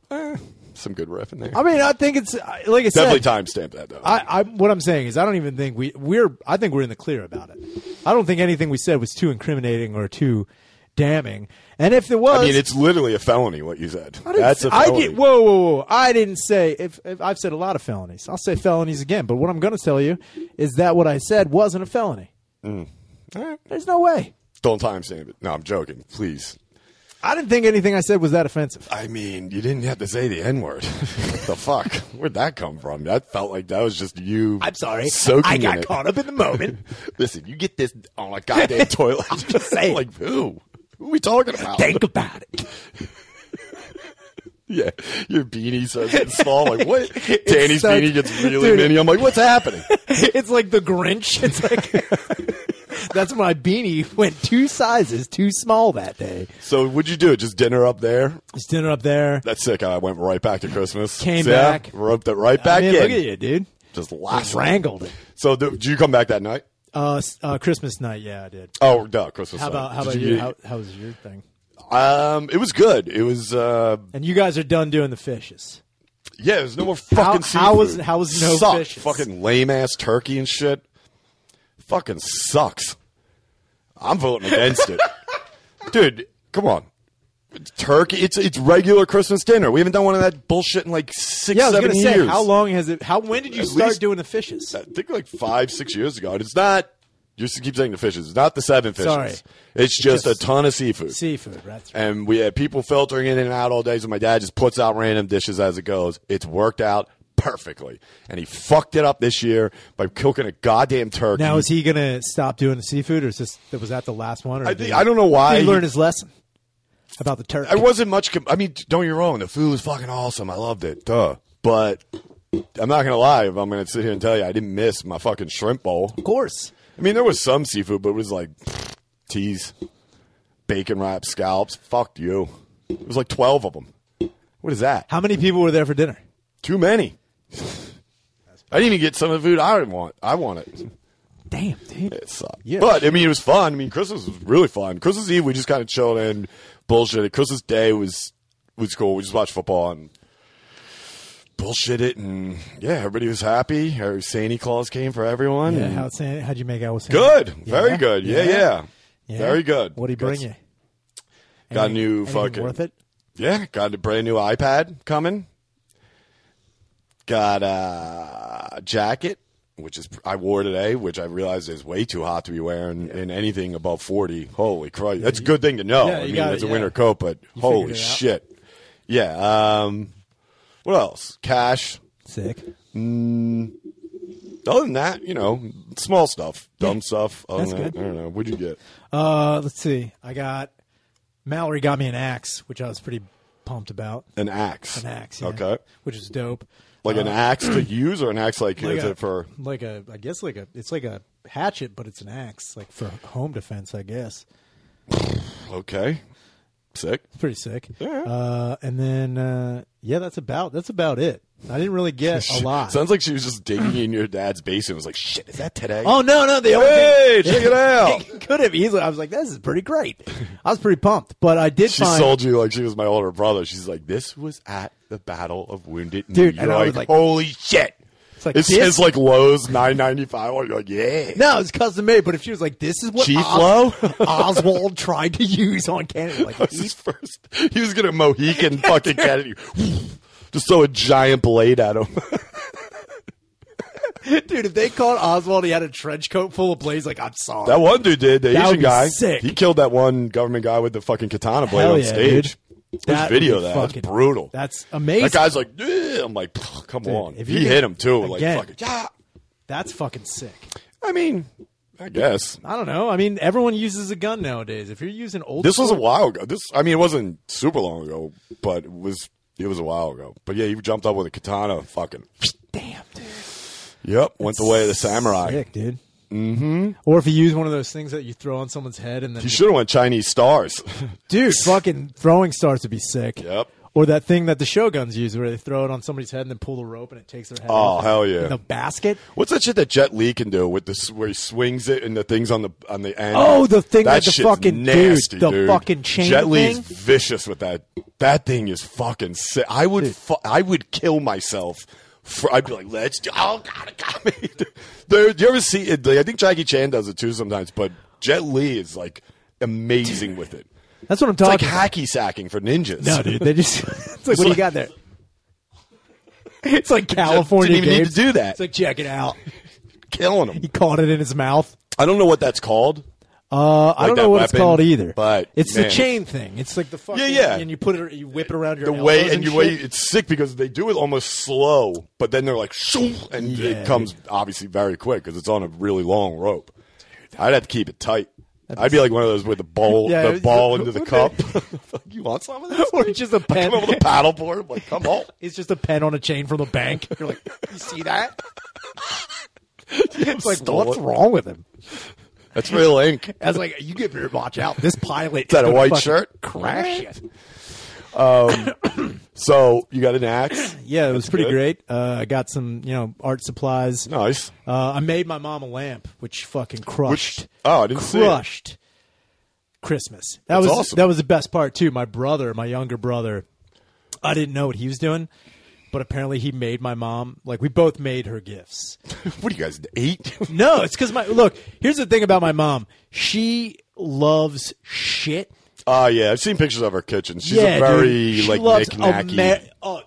eh, some good riff in there. I mean, I think it's I- like I Definitely said. timestamp that though. I, I what I'm saying is I don't even think we we're I think we're in the clear about it. I don't think anything we said was too incriminating or too damning. And if there was, I mean, it's literally a felony what you said. I didn't That's a s- I felony. did- whoa, whoa, whoa! I didn't say if, if I've said a lot of felonies. I'll say felonies again. But what I'm going to tell you is that what I said wasn't a Mm. felony. There's no way. Don't timestamp it. No, I'm joking. Please. I didn't think anything I said was that offensive. I mean, you didn't have to say the N word. what the fuck? Where'd that come from? That felt like that was just you. I'm sorry. Soaking I got in it. caught up in the moment. Listen, you get this on a goddamn toilet. I'm just saying. like who? Who are we talking about? think about it. yeah, your beanie starts getting small. Like what? Danny's such- beanie gets really Dude. mini. I'm like, what's happening? it's like the Grinch. It's like that's my beanie went two sizes too small that day. So, would you do it? Just dinner up there? Just dinner up there. That's sick. I went right back to Christmas. Came See, back. roped it right I back mean, in. look at you, dude. Just last Wrangled it. So, th- did you come back that night? Uh, s- uh, Christmas night, yeah, I did. Oh, no, Christmas. How night. about how Did about you? get- How, how was your thing? Um, it was good. It was uh, And you guys are done doing the fishes. yeah. There's no more fucking. How- how seafood. was- how was no Sucked. fishes? Fucking lame ass turkey and shit. Fucking sucks. I'm voting against it, dude. Come on, turkey. It's it's regular Christmas dinner. We haven't done one of that bullshit in like six, Yeah, I was seven gonna say, years. how long has it? How when did you At start least- doing the fishes? I think like five, six years ago. And it's not. You just keep saying the fishes. It's not the seven fishes. Sorry. It's just, Just- a ton of seafood. Seafood, that's right. and we had people filtering in and out all day. So my dad just puts out random dishes as it goes. It's worked out perfectly, and he fucked it up this year by cooking a goddamn turkey. Now is he gonna stop doing the seafood, or is this was that the last one? Or I, did think, he- I don't know why. Did he learn he- his lesson about the turkey? I wasn't much. Com- I mean, don't get me wrong. The food was fucking awesome. I loved it. Duh. But I'm not gonna lie. If I'm gonna sit here and tell you, I didn't miss my fucking shrimp bowl. of course. I mean, there was some seafood, but it was like teas, bacon wrapped scallops. Fuck you. It was like twelve of them. What is that? How many people were there for dinner? Too many. I didn't even get some of the food I didn't want. I want it. Damn, dude. It sucked. Yeah. But I mean, it was fun. I mean, Christmas was really fun. Christmas Eve, we just kind of chilled and bullshitted. Christmas Day was was cool. We just watched football and bullshit it, and yeah, everybody was happy. Our Santa Claus came for everyone. Yeah, and- how how'd you make out with Santa? good, Yeah? very good. Yeah, yeah, Yeah? very good. What'd he bring Got- you? Got Anything- new anything fucking worth it. Yeah, got a brand new iPad coming. Got a jacket, which is I wore today, which I realized is way too hot to be wearing in anything above forty. Holy Christ, that's a good thing to know. Yeah, I you mean, got it's it, a yeah. winter coat, but holy figured it out. shit, yeah. Um, what else? Cash. Sick. Other than that, you know, small stuff, dumb stuff. Other That's than that, good. I don't know. What'd you get? Uh, let's see. I got Mallory got me an axe, which I was pretty pumped about. An axe. An axe, yeah, Okay. which is dope. Like an axe to use, or an axe like, Like is a- it for? like a I guess like a it's like a hatchet, but it's an axe, like for home defense, I guess. Okay. Sick. Pretty sick. Yeah. Uh, and then uh, yeah, that's about that's about it. I didn't really get a lot. Sounds like she was just digging in your dad's basement. Was like, shit, is that today? oh no, no, the only thing- hey, check it out. It could have easily. I was like, "This is pretty great." I was pretty pumped, but I did She find sold you like she was my older brother. She's like, this was at the Battle of Wounded Knee. Dude, You're and I like, was like- holy shit. it's like It this- says like Lowe's nine ninety five. You're like, yeah. No, it's custom made. But if she was like, "This is what Chief Os- Oswald tried to use on Canada," like That was his first. He was gonna Mohican fucking Kennedy. Just throw a giant blade at him. dude, if they caught Oswald, he had a trench coat full of blades. Like I'm sorry, that one dude did. The That would Asian be guy. sick. He killed that one government guy with the fucking katana blade Hell on yeah, stage. dude. There's That video would of be that. That's fucking- brutal. that's amazing. That guy's like, "Yeah." I'm like, "Pff, come on. if he you get- hit him too. again. like, fucking, yeah. that's fucking sick. I mean, I guess I don't know. I mean, everyone uses a gun nowadays. If you're using old, this was a school- while ago. This, I mean, it wasn't super long ago, but it was. It was a while ago. But yeah, he jumped up with a katana. Fucking, damn, dude. yep. Went the way of the samurai. Sick, dude. Mm-hmm. Or if you use one of those things that you throw on someone's head and then, He should have went Chinese stars. dude, fucking throwing stars would be sick. Yep. Or that thing that the shoguns use, where they throw it on somebody's head and then pull the rope and it takes their head. off hell in Oh. yeah. The basket. What's that shit that Jet Li can do with this, where he swings it and the things on the on the end? Oh, the thing that with the shit's fucking- nasty, dude, the dude. fucking chain Jet Li's thing? vicious with that. That thing is fucking sick. I would, fu- I would kill myself. For, I'd be like, let's do. Oh god, it got me. Dude, you ever see it? Like, I think Jackie Chan does it too sometimes, but Jet Li is like amazing with it. That's what I'm It's like talking. about. hacky sacking for ninjas. No, dude, they just. It's like what do you like- got there? It's like California didn't even need Games. to do that. It's like check it out. killing them. He caught it in his mouth. I don't know what that's called. Uh, I Like don't that know what it's weapon, called either. but, it's the man. chain thing. It's like the fucking yeah. and you put it, you whip it around your the elbows way and and you shit. way it's sick because they do it almost slow, but then they're like shoo, and Yeah. it comes obviously very quick because it's on a really long rope. I'd have to keep it tight. I'd be like one of those with the ball, Yeah, the it's- ball into the what cup. Fuck, you want some of this? Or just a I pen. come up with a paddle board. Like, come on. It's just a pen on a chain from a bank. You're like, you see that? it's like, Stole what's it. wrong with him? That's real ink. I was like, you get your watch out. This pilot Is that a gonna white fucking shirt? Um, Crash it. So you got an axe? Yeah, it was pretty good. great. Uh, I got some, you know, art supplies. Nice. Uh, I made my mom a lamp, which fucking crushed. oh, I didn't see it. crushed Christmas. That That's was awesome. that was the best part too. My brother, my younger brother, I didn't know what he was doing, but apparently he made my mom like we both made her gifts. What are you guys eight? No, it's because my look. Here's the thing about my mom. She loves shit. Oh yeah, I've seen pictures of her kitchen. She's yeah, a very dude. She like loves knick-knacky. Amer- oh,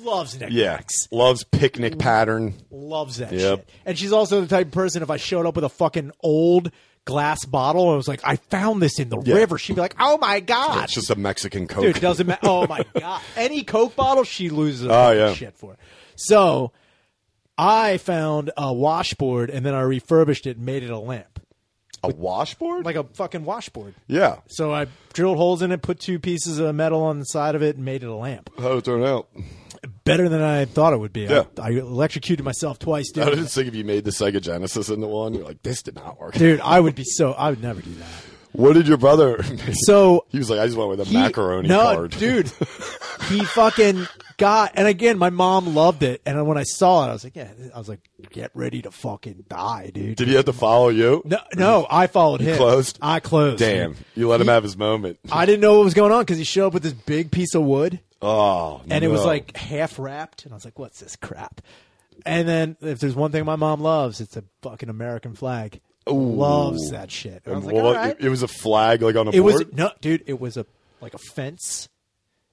loves yeah, knickknacks. loves picnic pattern. Loves that Yep. shit. And she's also the type of person if I showed up with a fucking old glass bottle and was like, I found this in the river, she'd be like, Oh my god. It's just a Mexican coke. Dude, it doesn't matter. Oh my god, any Coke bottle she loses a Oh, fucking yeah. shit for. So, I found a washboard and then I refurbished it, and made it a lamp, a washboard? like a fucking washboard. yeah. So I drilled holes in it, put two pieces of metal on the side of it, and made it a lamp. How'd it turn out? Better than I thought it would be. Yeah. I, I electrocuted myself twice, I dude. didn't think if you made the Sega Genesis into one, you're like, this did not work. Dude, I would be so. I would never do that. What did your brother So He was like, I just went with a he- macaroni no, card. dude. He fucking got, and again, my mom loved it. And when I saw it, I was like, yeah, I was like, get ready to fucking die, dude. Did he have to follow you? no, no, I followed him. closed? I closed. Damn. dude. You let him have his moment. I didn't know what was going on because he showed up with this big piece of wood, Oh. and it was no. like half wrapped, and I was like, what's this crap? And then, if there's one thing my mom loves, it's a fucking American flag. Loves that shit. And I was like, Well, all right. it, it was a flag like on a It board. was no, dude. It was a like a fence.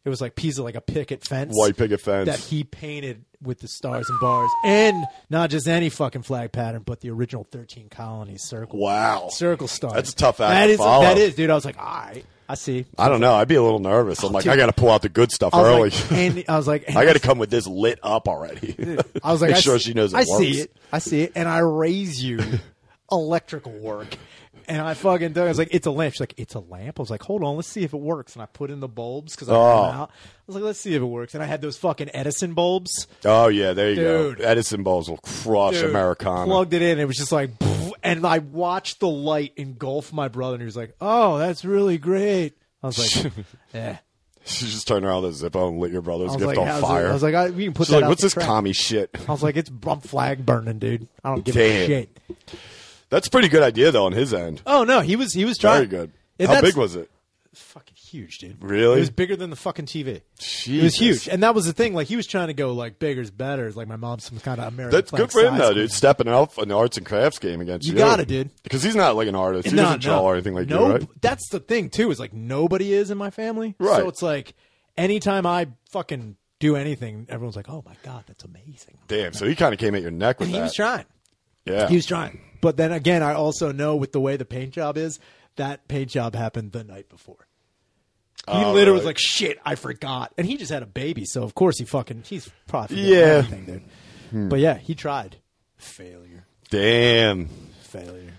It was like piece of like a picket fence, White picket fence. that he painted with the stars and bars, and not just any fucking flag pattern, but the original thirteen colonies circle wow. circle stars. That's a tough act That to is follow. that is, dude. I was like, all right, I see. I don't know. I'd be a little nervous. I'm like, I got to pull out the good stuff Oh, I was early. like, and I was like, and I got to come with this lit up already. I was like, Make I sure s- she knows it I works. see it. I see it, and I raise you electrical work. And I fucking dug. I was like, "It's a lamp." She's like, "It's a lamp." I was like, "Hold on, let's see if it works." And I put in the bulbs because I ran Oh. out. I was like, "Let's see if it works." And I had those fucking Edison bulbs, Oh yeah, there you Dude. go. Edison balls will crush Dude, Americana. Plugged it in. It was just like, pff, and I watched the light engulf my brother, and he was like, "Oh, that's really great." I was like, "Yeah." She just turned around the Zippo and oh, lit your I brother's was gift like, on "How's it?" fire. I was like, I, "We can put She's that like, out what's the this track." commie shit? I was like, "It's I'm flag burning, dude. I don't give a Damn. shit." That's a pretty good idea though on his end. Oh no, he was he was trying. Very good. And How that's big was it? Fucking huge, dude. Really? It was bigger than the fucking TV. It Jesus. was huge, and that was the thing. Like he was trying to go like bigger's better. Like my mom's some kind of American. That's flag good for him size though, queen. dude. Stepping up in the arts and crafts game against you. You gotta, dude. Because he's not like an artist. He No, doesn't draw no. or anything like no, you, right? That's the thing too. Is like nobody is in my family. Right. So it's like anytime I fucking do anything, everyone's like, "Oh my god, that's amazing." Damn. So he kind of came at your neck with And he that. was trying. yeah. He was trying. But then again, I also know with the way the paint job is, that paint job happened the night before. He Oh, literally was really? like, "Shit, I forgot," and he just had a baby, so of course he fucking he's probably forgetting Yeah. Hmm. everything, dude. But yeah, he tried. Failure, Damn. failure.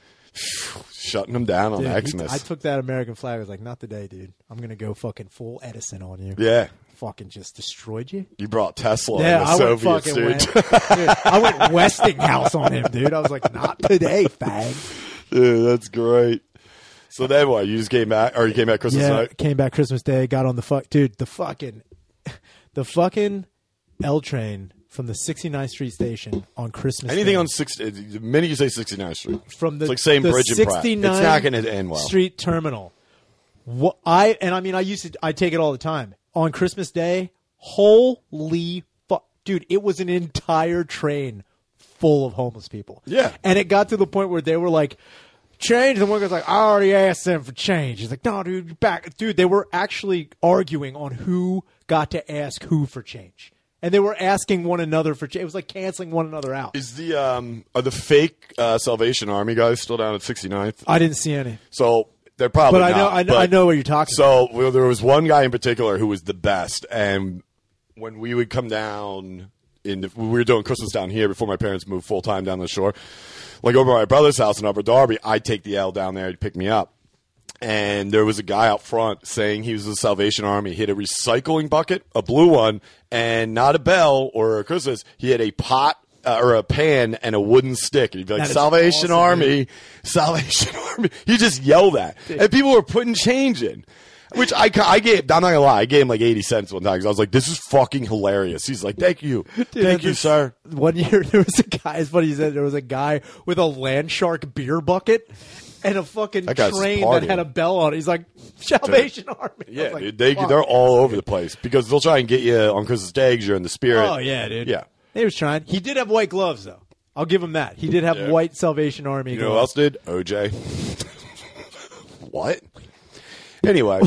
Shutting him down on Dude, he- Xmas. I took that American flag. I was like, "Not today, dude. I'm gonna go fucking full Edison on you." yeah. fucking just destroyed you. You brought Tesla Yeah, and the I went Soviets, fucking dude. went, dude, I went Westinghouse on him, dude. I was like, "Not today, fag." Dude, that's great. So then what? You just came back, or you came back Christmas yeah, night? came back Christmas Day, got on the fuck, dude. The fucking, the fucking L train from the 69th Street station on Christmas. Anything Day. on six? uh, The minute you say 69th Street, from the it's like saying the bridge and Pratt. It's 69th not going to end well. Street terminal. What I and I mean, I used to, I take it all the time on Christmas Day. Holy fuck, dude! It was an entire train full of homeless people. Yeah. and it got to the point where they were like. Change. The one guy's like, I already asked them for change. He's like, No, dude, you're back, dude. They were actually arguing on who got to ask who for change. and they were asking one another for. Ch- it was like canceling one another out. Is the um are the fake uh, Salvation Army guys still down at 69th? I didn't see any, So they're probably. but I know not, I know but- I know what you're talking. So about. well, there was one guy in particular who was the best, and when we would come down, in the, we were doing Christmas down here before my parents moved full time down the shore. Like over at my brother's house in Upper Darby, I'd take the L down there. He'd pick me up, and there was a guy out front saying he was the Salvation Army. He had a recycling bucket, a blue one, and not a bell or a Christmas. He had a pot. Uh, or a pan and a wooden stick. And he'd be like, That is Salvation awesome, Army, Salvation Army. He just yelled that, and people were putting change in. Which I, ca- I gave, I'm not gonna lie, I gave him like 80 cents one time 'cause I was like, this is fucking hilarious. He's like, thank you. thank you, this- sir. One year there was a guy. It's funny. He said there was a guy with a land shark beer bucket and a fucking That guy's train that partying. had a bell on it. He's like Salvation Army. I Yeah, was like, dude, they, fuck. they're all over the place because they'll try and get you on Christmas Day 'cause you're in the spirit. Oh yeah, dude. Yeah. they was trying. He did have white gloves though. I'll give him that. He did have Yeah. white Salvation Army You know who gloves. else did? OJ. what? Anyway,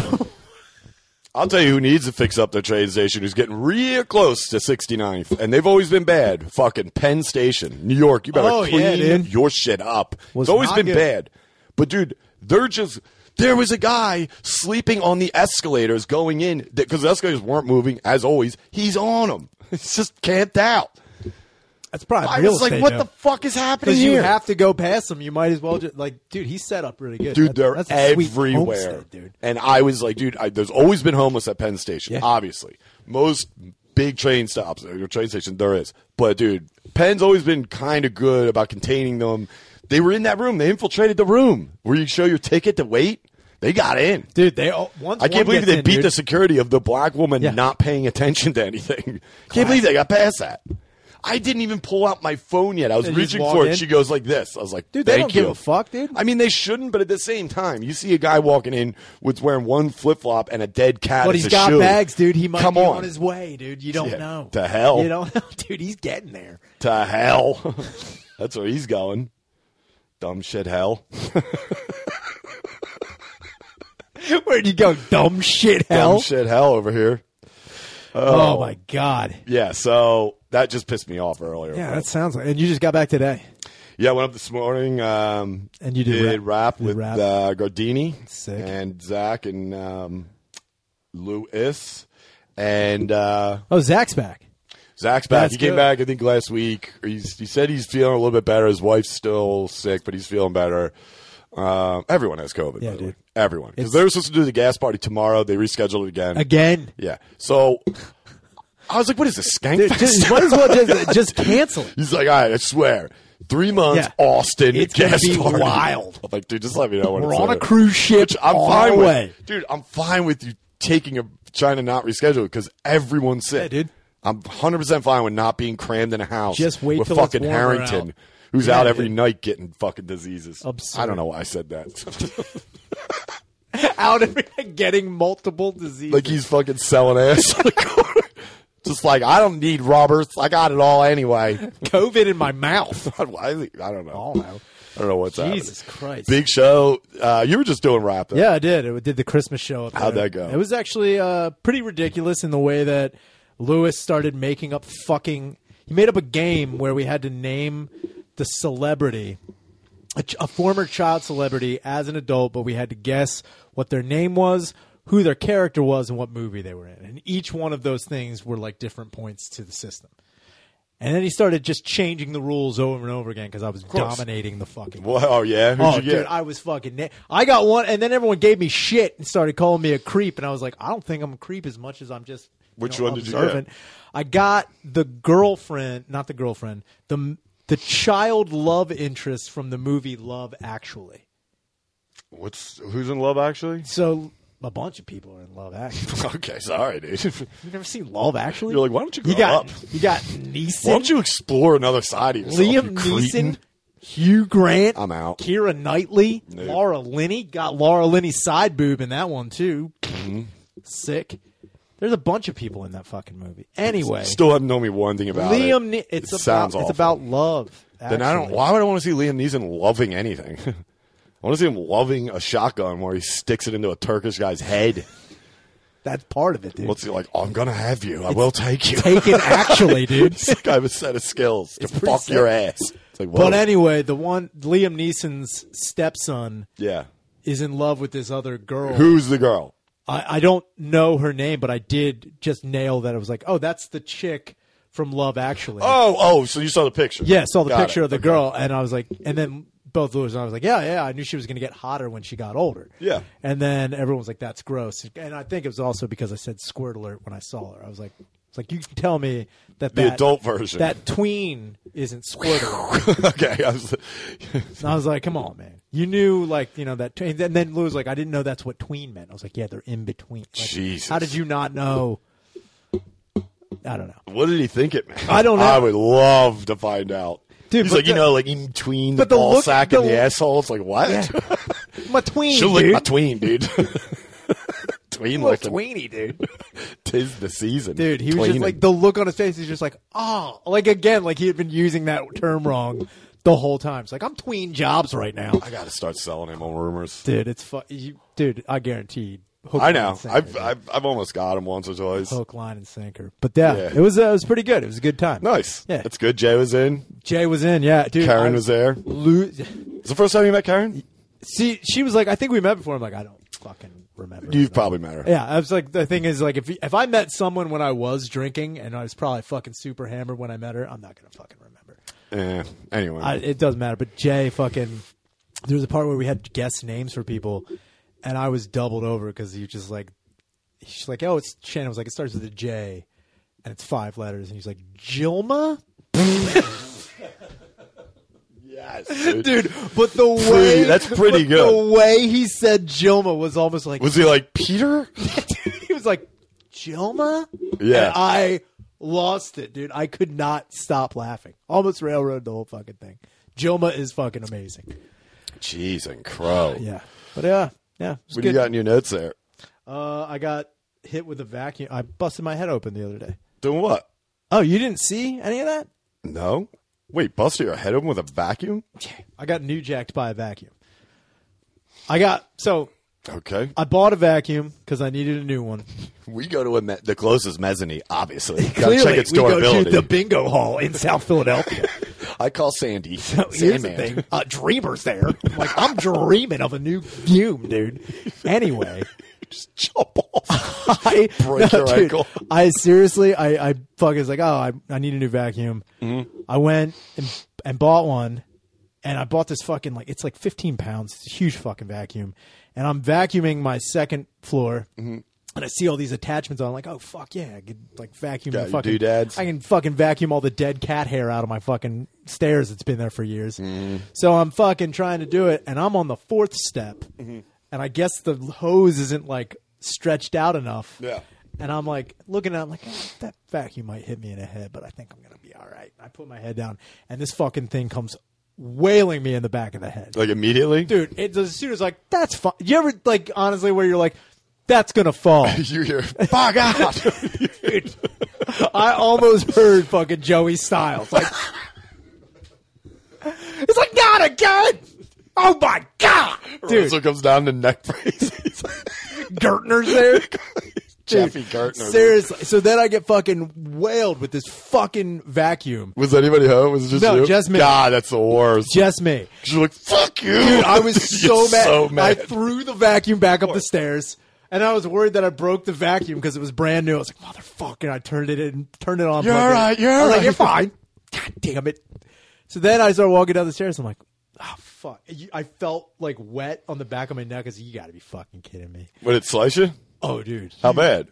I'll tell you who needs to fix up the train station who's getting real close to 69th, and they've always been bad. Fucking Penn Station, New York. You better Oh, clean yeah, dude. your shit up. Was it's always not been good. bad. But, dude, they're just. There was a guy sleeping on the escalators going in because the escalators weren't moving, as always. He's on them. It's just camped out. That's probably I real was like, estate, what though. the fuck is happening Because here? you have to go past them. You might as well just like, dude. He's set up really good, dude, That- they're that's a sweet everywhere. homestead, dude. And I was like, dude, I, there's always been homeless at Penn Station. Yeah. Obviously, most big train stops or train station there is, but dude, Penn's always been kind of good about containing them. They were in that room. They infiltrated the room where you show your ticket to wait. They got in. Dude, they all, once I can't one believe gets they in, beat dude, the security of the black woman Yeah. not paying attention to anything. can't believe they got past that. I didn't even pull out my phone yet. I was And you just reaching walk for it. in? She goes like this. I was like, Dude, they "Thank don't give you." a fuck, dude. I mean, they shouldn't, but at the same time, you see a guy walking in with wearing one flip flop and a dead cat. But as he's a got shoe. bags, dude. He might Come be on. on. his way, dude. You don't Yeah, know. to hell. You don't know, dude. He's getting there. to hell. That's where he's going. Dumb shit, hell. Where'd you go, dumb shit hell? Dumb shit, hell over here. oh. my god. Yeah. So that just pissed me off earlier. Yeah, that sounds like. And you just got back today. Yeah, I went up this morning. Um, And you did did rap- rap, did with rap. Uh, Gardini Sick. and Zach and um, Louis. And uh, Oh, Zach's back. Zach's back. That's he came good. back, I think, last week. He's, he said he's feeling a little bit better. His wife's still sick, but he's feeling better. Um, everyone has COVID. by Yeah, the dude. way. Everyone. Because It's- they were supposed to do the gas party tomorrow. They rescheduled it again. Again. Yeah. So I was like, what is this, skank Dude, fest? just, might as well just, just cancel it. He's like, all right, I swear. Three months, Yeah. Austin, It's gonna gas be party. wild. I'm like, dude, just let me know when We're it's on a over." cruise ship. Which I'm on fine our with. way. Dude, I'm fine with you taking a trying to not reschedule because everyone's sick. Yeah, dude. I'm 100 percent fine with not being crammed in a house. Just wait with till it's fucking warmer Harrington, out. who's Yeah, out every dude. night getting fucking diseases. Absurd. I don't know why I said that. Out of getting multiple diseases. like he's fucking selling ass. on the corner. Just like I don't need Roberts. I got it all anyway. COVID in my mouth. Why is he- I don't know. I don't know. I don't know what's happening. Oh, Jesus Christ. Big show. Uh, you were just doing rap. though. Yeah, I did. I did the Christmas show. Up How'd there. that go? It was actually uh, pretty ridiculous in the way that Lewis started making up fucking. He made up a game where we had to name the celebrity, a, ch- a former child celebrity, as an adult, but we had to guess what their name was, who their character was, and what movie they were in. And each one of those things were like different points to the system. And then he started just changing the rules over and over again because I was course. dominating the fucking. Well, oh yeah. Who'd Oh, you get? dude, I was fucking. Na- I got one, and then everyone gave me shit and started calling me a creep, and I was like, I don't think I'm a creep as much as I'm just. you Which know, one did you get? observant. I got the girlfriend, not the girlfriend, the the child love interest from the movie Love Actually. What's who's in love actually? So a bunch of people are in Love Actually. Okay, sorry, dude. You've never seen Love Actually? You're like, why don't you You grow got up? you got Why don't Neeson, you explore another side of yourself? you Liam cretin? Neeson, Hugh Grant. I'm out. Kira Knightley, Nope. Laura Linney got Laura Linney's side boob in that one too. Mm-hmm. Sick. There's a bunch of people in that fucking movie. Anyway, Still haven't known me one thing about Liam. It, Ne- it's It about sounds it's awful. about love. Then I don't. actually. Why would I want to see Liam Neeson loving anything? I want to see him loving a shotgun where he sticks it into a Turkish guy's head. That's part of it, dude. What's he like? I'm gonna have you. I will take you. Take it actually, dude. it's like I have a set of skills to It's pretty fuck sick. your ass. It's like, whoa. But anyway, the one Liam Neeson's stepson yeah. is in love with this other girl. Who's the girl? I, I don't know her name, but I did just nail that. It was like, oh, that's the chick from Love Actually. Oh, oh, so you saw the picture? yeah, saw the Got picture it. of the girl, and I was like, and then both Lewis and I was like, yeah, yeah, I knew she was going to get hotter when she got older. Yeah. and then everyone was like, that's gross, and I think it was also because I said squirt alert when I saw her. I was like, it's like you can tell me that The that, adult version. that tween isn't squirt alert. okay, I was, And I was like, come on, man. You knew, like, you know, that. Tween. And then Lou was like, I didn't know that's what tween meant. I was like, yeah, they're in between. Like, Jesus. How did you not know? I don't know. what did he think it meant? I don't know. I would love to find out. Dude, he's but like you the- know, like in between the, but the ball look- sack and the- the asshole. It's like what? My tween. She'll dude. lick my tween, dude. tween Little like tweeny, dude. Tis the season, Dude, he was just Tweening. like, the look on his face is just like, ah. Like, again, like he had been using that term wrong the whole time. It's like, I'm tween jobs right now. I got to start selling him on rumors. Dude, it's fu- you, Dude, I guarantee. hook, I line, know. and sinker, I've, dude. I've I've almost got him once or twice. Hook, line, and sinker. But yeah, Yeah. it was uh, it was pretty good. It was a good time. Nice. Yeah. That's good. Jay was in. Jay was in, yeah, dude. Karen I- was there. Lou, It's the first time you met Karen. see, she was like, I think we met before. I'm like, I don't fucking remember. You've probably met her. yeah, I was like, the thing is, like, if if I met someone when I was drinking and I was probably fucking super hammered when I met her, I'm not gonna fucking remember. Eh, anyway, I, it doesn't matter. But Jay, fucking, there was a part where we had guest names for people, and I was doubled over because you just like, she's like, oh, it's Shannon. was like, it starts with a J, and it's five letters, and he's like, Jilma. yes, dude. dude. But the way Pretty- that's pretty but good. The way he said Jilma was almost like Was he like Peter? he was like Jilma. Yeah. and I lost it, dude. I could not stop laughing. Almost railroaded the whole fucking thing. Jilma is fucking amazing. Jeez and crow. Yeah, but yeah, yeah. It was What do good. you got in your notes there? Uh, I got hit with a vacuum. I busted my head open the other day. Doing what? Oh, you didn't see any of that? No. Wait, busted your head open with a vacuum? I got new jacked by a vacuum. I got so Okay. I bought a vacuum because I needed a new one. We go to a me- the closest mezzanine, obviously. Gotta Clearly, check its we go to durability. the bingo hall in South Philadelphia. I call Sandy. Here's the Sandman. thing: uh, Dreamer's there. I'm like I'm dreaming of a new fume, dude. Anyway, Just jump off. I Break your dude, ankle. I seriously, I I fucking was like, oh, I, I need a new vacuum. Mm-hmm. I went and and bought one, and I bought this fucking like it's like 15 pounds. It's a huge fucking vacuum, and I'm vacuuming my second floor. Mm-hmm. And I see all these attachments on. I'm like, oh fuck yeah, I could like vacuum Got the your fucking doodads. I can fucking vacuum all the dead cat hair out of my fucking stairs that's been there for years. So I'm fucking trying to do it, and I'm on the fourth step, and I guess the hose isn't like stretched out enough. Yeah. And I'm like looking at, it, I'm like "Eh, that vacuum might hit me in the head, but I think I'm gonna be all right. I put my head down, and this fucking thing comes wailing me in the back of the head, Like immediately? dude. It's as soon as like that's fine. You ever like honestly where you're like that's gonna fall. You hear, fuck out. Dude, I almost heard fucking Joey Styles. Like, it's like not again. Oh my god, dude. Russell comes down to neck braces. Gertner's there. Jeffy Dude, Gertner. Seriously. So then I get fucking wailed with this fucking vacuum. Was anybody home? Was it just No, you? just me. God, that's the worst. Just me. She's like, fuck you. Dude, I was so You're mad. So mad. I threw the vacuum back up the stairs. And I was worried that I broke the vacuum because it was brand new. I was like, motherfucker. I turned it in, turned it on. You're plugged it in. alright, you're I was like, alright. you're fine. God damn it. So then I started walking down the stairs. I'm like, oh, fuck. You- I felt like wet on the back of my neck. I said, you got to be fucking kidding me. Would it slice you? Oh, dude. How bad?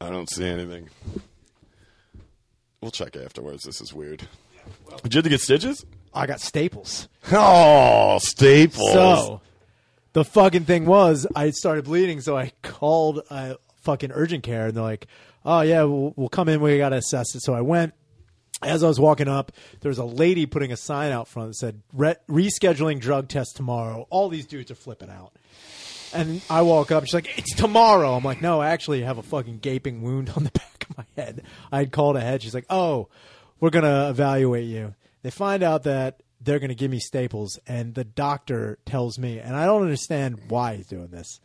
I don't see anything. We'll check afterwards. This is weird. Did you have to get stitches? I got staples. Oh, staples. So the fucking thing was, I started bleeding, so I called uh, fucking urgent care, and they're like, "Oh yeah, we'll, we'll come in. We gotta assess it." So I went. As I was walking up, there was a lady putting a sign out front that said Re- "Rescheduling drug test tomorrow." All these dudes are flipping out. And I walk up. She's like, "It's tomorrow." I'm like, "No, I actually have a fucking gaping wound on the back of my head." I had called ahead. She's like, "Oh, we're gonna evaluate you." They find out that they're gonna give me staples, and the doctor tells me, and I don't understand why he's doing this.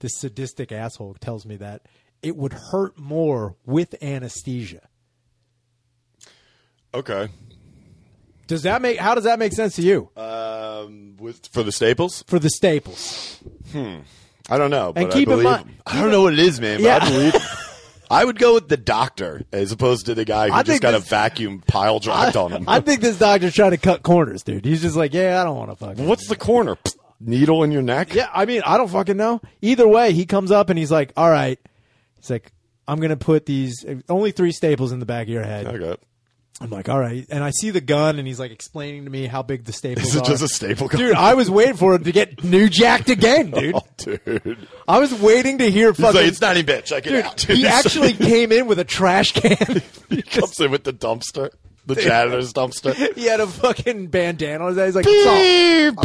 this sadistic asshole tells me that it would hurt more with anesthesia. Okay. Does that make how does that make sense to you Um, with for the staples, for the staples? I don't know, but keep I in believe. mind- I don't know what it is, man. But Yeah. I believe. I would go with the doctor as opposed to the guy who I just think got a this- vacuum pile dropped on him. I think this doctor's trying to cut corners, dude. He's just like, yeah, I don't want to fuck. What's the corner? Psst, Needle in your neck? Yeah, I mean, I don't fucking know. Either way, he comes up and he's like, "All right," he's like, "I'm gonna put these only three staples in the back of your head." Okay. I'm like, "All right," and I see the gun, and he's like explaining to me how big the staples Is it are. just a staple gun? dude, I was waiting for him to get new jacked again, dude. Oh, dude. I was waiting to hear He's fucking. like, it's not any bitch. I get dude, out. he actually came in with a trash can. he comes in with the dumpster, the janitor's dumpster. he had a fucking bandana on his head. He's like, it's all-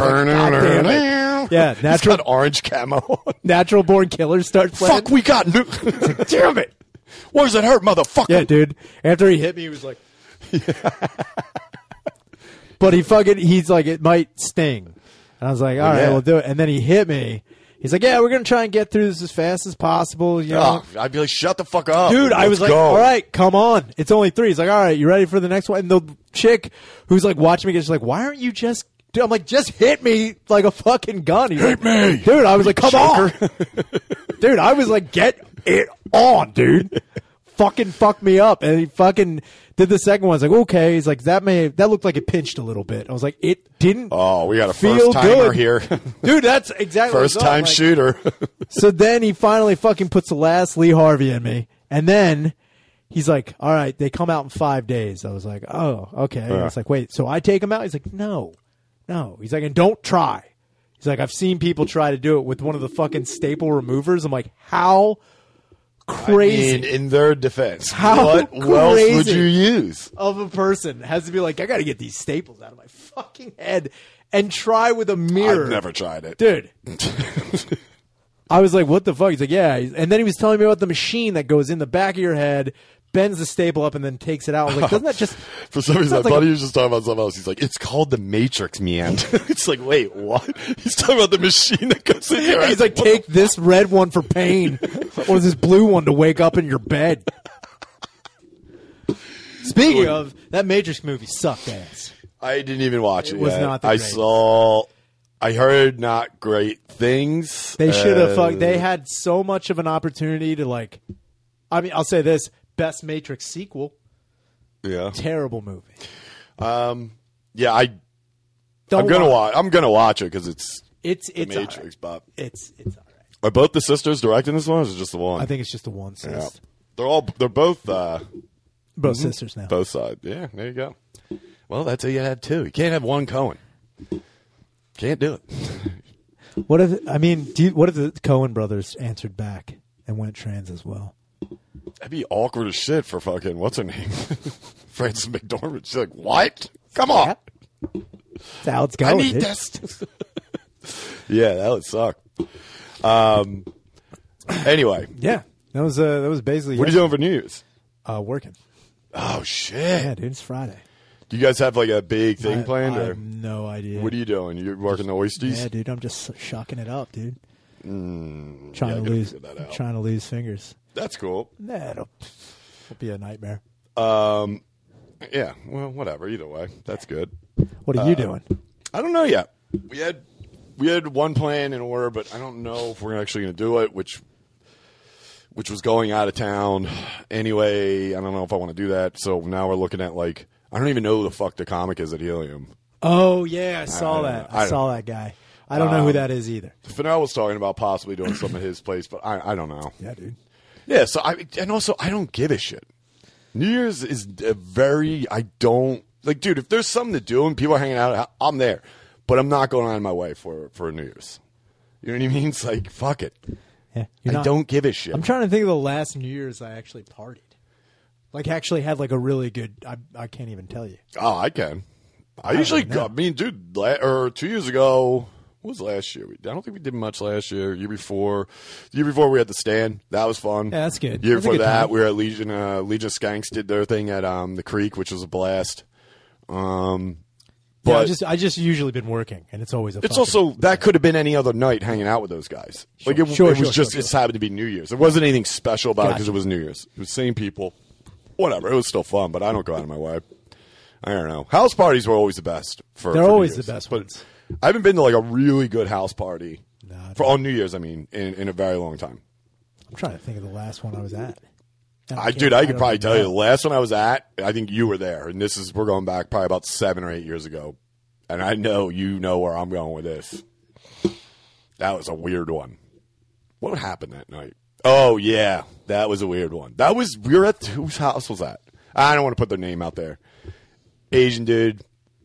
God damn it. Yeah, He's natural- got orange camo on. natural born killers start playing. Fuck, we got new. damn it. Where's it hurt, motherfucker? Yeah, dude. After he hit me, he was like, but he fucking, he's like, it might sting. And I was like, all right, Yeah. we'll do it. And then he hit me. He's like, yeah, we're gonna try and get through this as fast as possible. You know, Oh, I'd be like, shut the fuck up. dude. I Let's was like, go. all right, come on. It's only three. He's like, all right, you ready for the next one? And the chick who's like watching me, she's like, why aren't you just? Dude, I'm like, just hit me like a fucking gun. He's Hit like, me. dude. I was like, come on, dude. I was like, get it on, dude. fucking fuck me up, and he fucking did the second one. I was like, okay. He's like, that may that looked like it pinched a little bit. I was like, it didn't. Oh, we got a Feel first timer good. here. Dude, that's exactly what I first thought. time Like, shooter. so then he finally fucking puts the last Lee Harvey in me. And then he's like, all right, they come out in five days. I was like, oh, okay. And it's like, wait, so I take him out? He's like, no, no. He's like, and don't try. He's like, I've seen people try to do it with one of the fucking staple removers. I'm like, how crazy in, in their defense, How what else would crazy. you use? of a person has to be like, I got to get these staples out of my fucking head and try with a mirror. I've never tried it. dude. I was like, what the fuck? He's like, yeah. He's- And then he was telling me about the machine that goes in the back of your head, bends the staple up, and then takes it out. I was like, doesn't that just. For some reason, I Sounds like thought a- he was just talking about something else. He's like, "It's called the Matrix, man." it's like, wait, what? He's talking about the machine that goes in there. He's like, take this red one for pain, or this blue one to wake up in your bed. Speaking of, that Matrix movie sucked ass. I didn't even watch it. It was yet. not the I greatest. saw. I heard not great things. They should have Uh, fuck. They had so much of an opportunity to like. I mean, I'll say this: best Matrix sequel, Yeah, terrible movie. yeah. I. Don't I'm gonna watch. watch. I'm gonna watch it because it's It's it's all Matrix, right. Bob. It's it's all right. Are both the sisters directing this one? or Is it just the one? I think it's just the one sis. Yeah. Mm-hmm. They're all. They're both. uh Both sisters now. Both sides. Yeah. There you go. Well, that's how you have two. You can't have one Cohen. Can't do it. What if I mean? Do you, what if the Cohen brothers answered back and went trans as well? That'd be awkward as shit for fucking what's her name, Frances McDormand. She's like, what? Come on, That's how it's I going. need dude. this. yeah, that would suck. Um. Anyway, Yeah, that was uh, that was basically what are you doing for New Year's? uh, working. Oh shit! Yeah, dude, it's Friday. Do you guys have like a big thing I- planned, I or have no idea. what are you doing? You're working the oysters. yeah, dude, I'm just shucking it up, dude. trying Mm, yeah, I to gotta lose, figure that out. trying to lose fingers. That's cool. That'll, that'll be a nightmare. Um. Yeah. Well, whatever. Either way, that's good. What are Uh, you doing? I don't know yet. We had we had one plan in order, but I don't know if we're actually going to do it. Which which was going out of town anyway. I don't know if I want to do that. So now we're looking at like I don't even know who the fuck the comic is at Helium. Oh yeah, I saw I- that. I I, don't- Um, saw that guy. I don't know who that is either. Fennell was talking about possibly doing something at his place, but I I don't know. Yeah, dude. Yeah. So I and also I don't give a shit. New Year's is a very I don't like, dude. If there's something to do and people are hanging out, I'm there, but I'm not going out of my way for for New Year's. You know what I mean? It's like fuck it. Yeah, I you're not- don't give a shit. I'm trying to think of the last New Year's I actually partied. Like actually had like a really good. I I can't even tell you. oh, I can. I, usually go. I mean, dude, la- or two years ago what was last year. We, I don't think we did much last year. Year before, the year before we had the stand. That was fun. Yeah, that's good. Year That's a before good that, time. we were at Legion. Uh, Legion Skanks did their thing at um, the Creek, which was a blast. Um, But I just I just usually been working, and it's always a. it's fucking- also that could have been any other night hanging out with those guys. Like it, Sure, it was sure, just sure, it's happened to be New Year's. There wasn't anything special about it because Gotcha. it was New Year's. It was same people, whatever. It was still fun, but I don't go out of my way. I don't know. House parties were always the best. For They're for New always the Year's. best But ones. I haven't been to like a really good house party Nah, I for on New Year's. I mean, in, in a very long time. I'm trying to think of the last one I was at. I, dude, I could probably tell you the The last one I was at. I think you were there, and this is we're going back probably about seven or eight years ago, and I know you know where I'm going with this. That was a weird one. What happened that night? Oh yeah, that was a weird one. That was we were at whose house was that? I don't want to put their name out there. Asian dude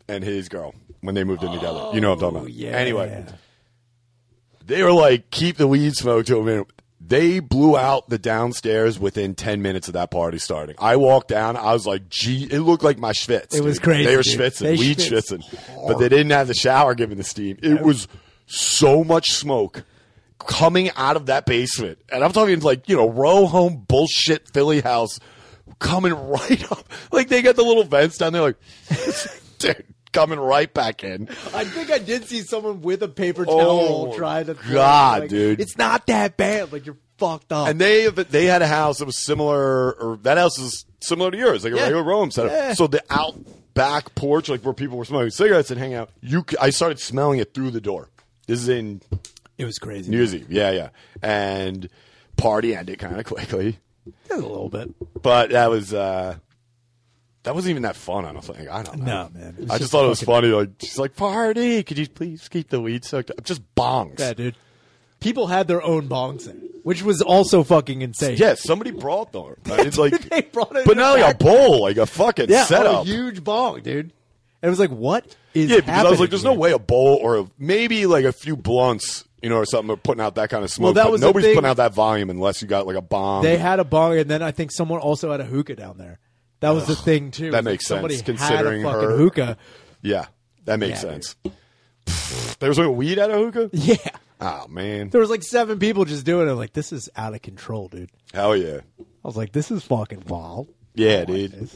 and his girl when they moved in together. You know what I'm talking about. yeah. Anyway, they were like, keep the weed smoke to a minute. They blew out the downstairs within 10 minutes of that party starting. I walked down. I was like, gee, it looked like my schwitz. It was dude. crazy, They were dude. schwitzing, They weed schwitzed schwitzing. But they didn't have the shower giving the steam. It was so much smoke coming out of that basement. And I'm talking like, you know, row home bullshit Philly house coming right up. Like they got the little vents down there, like, dude, coming right back in. I think I did see someone with a paper towel Oh, try to- God, like, dude. "It's not that bad. Like you're fucked up. And they they had a house that was similar, or that house is similar to yours, like a Yeah. regular row home setup. Yeah. So the out back porch, like where people were smoking cigarettes and hanging out, you c- I started smelling it through the door. This is in it was crazy. New Year's Eve, yeah, yeah, and party ended kind of quickly, a little bit. but that was uh that wasn't even that fun. I don't think I don't know. No, man. It was I just just thought it was fucking- funny. Like she's like party, could you please keep the weed sucked? up? Just bongs. Yeah, dude. People had their own bongs in, which was also fucking insane. Yeah, somebody brought them. It's like, they brought it but in a not like a back- bowl, like a fucking yeah, oh, setup. a huge bong, dude. And it was like, what is yeah, because I was like, happening there's here? no way a bowl or a, maybe like a few blunts, you know, or something are putting out that kind of smoke. that but was the nobody's thing. putting out that volume unless you got like a bomb. They had a bong, and then I think someone also had a hookah down there. That was the thing that too. was, like, makes sense, somebody had a considering fucking her- hookah. yeah, that makes Yeah, sense. there was like weed at a hookah. Yeah, Oh man, there was like seven people just doing it. Like this is out of control, dude. hell yeah, I was like, this is fucking wild. yeah, dude. Um,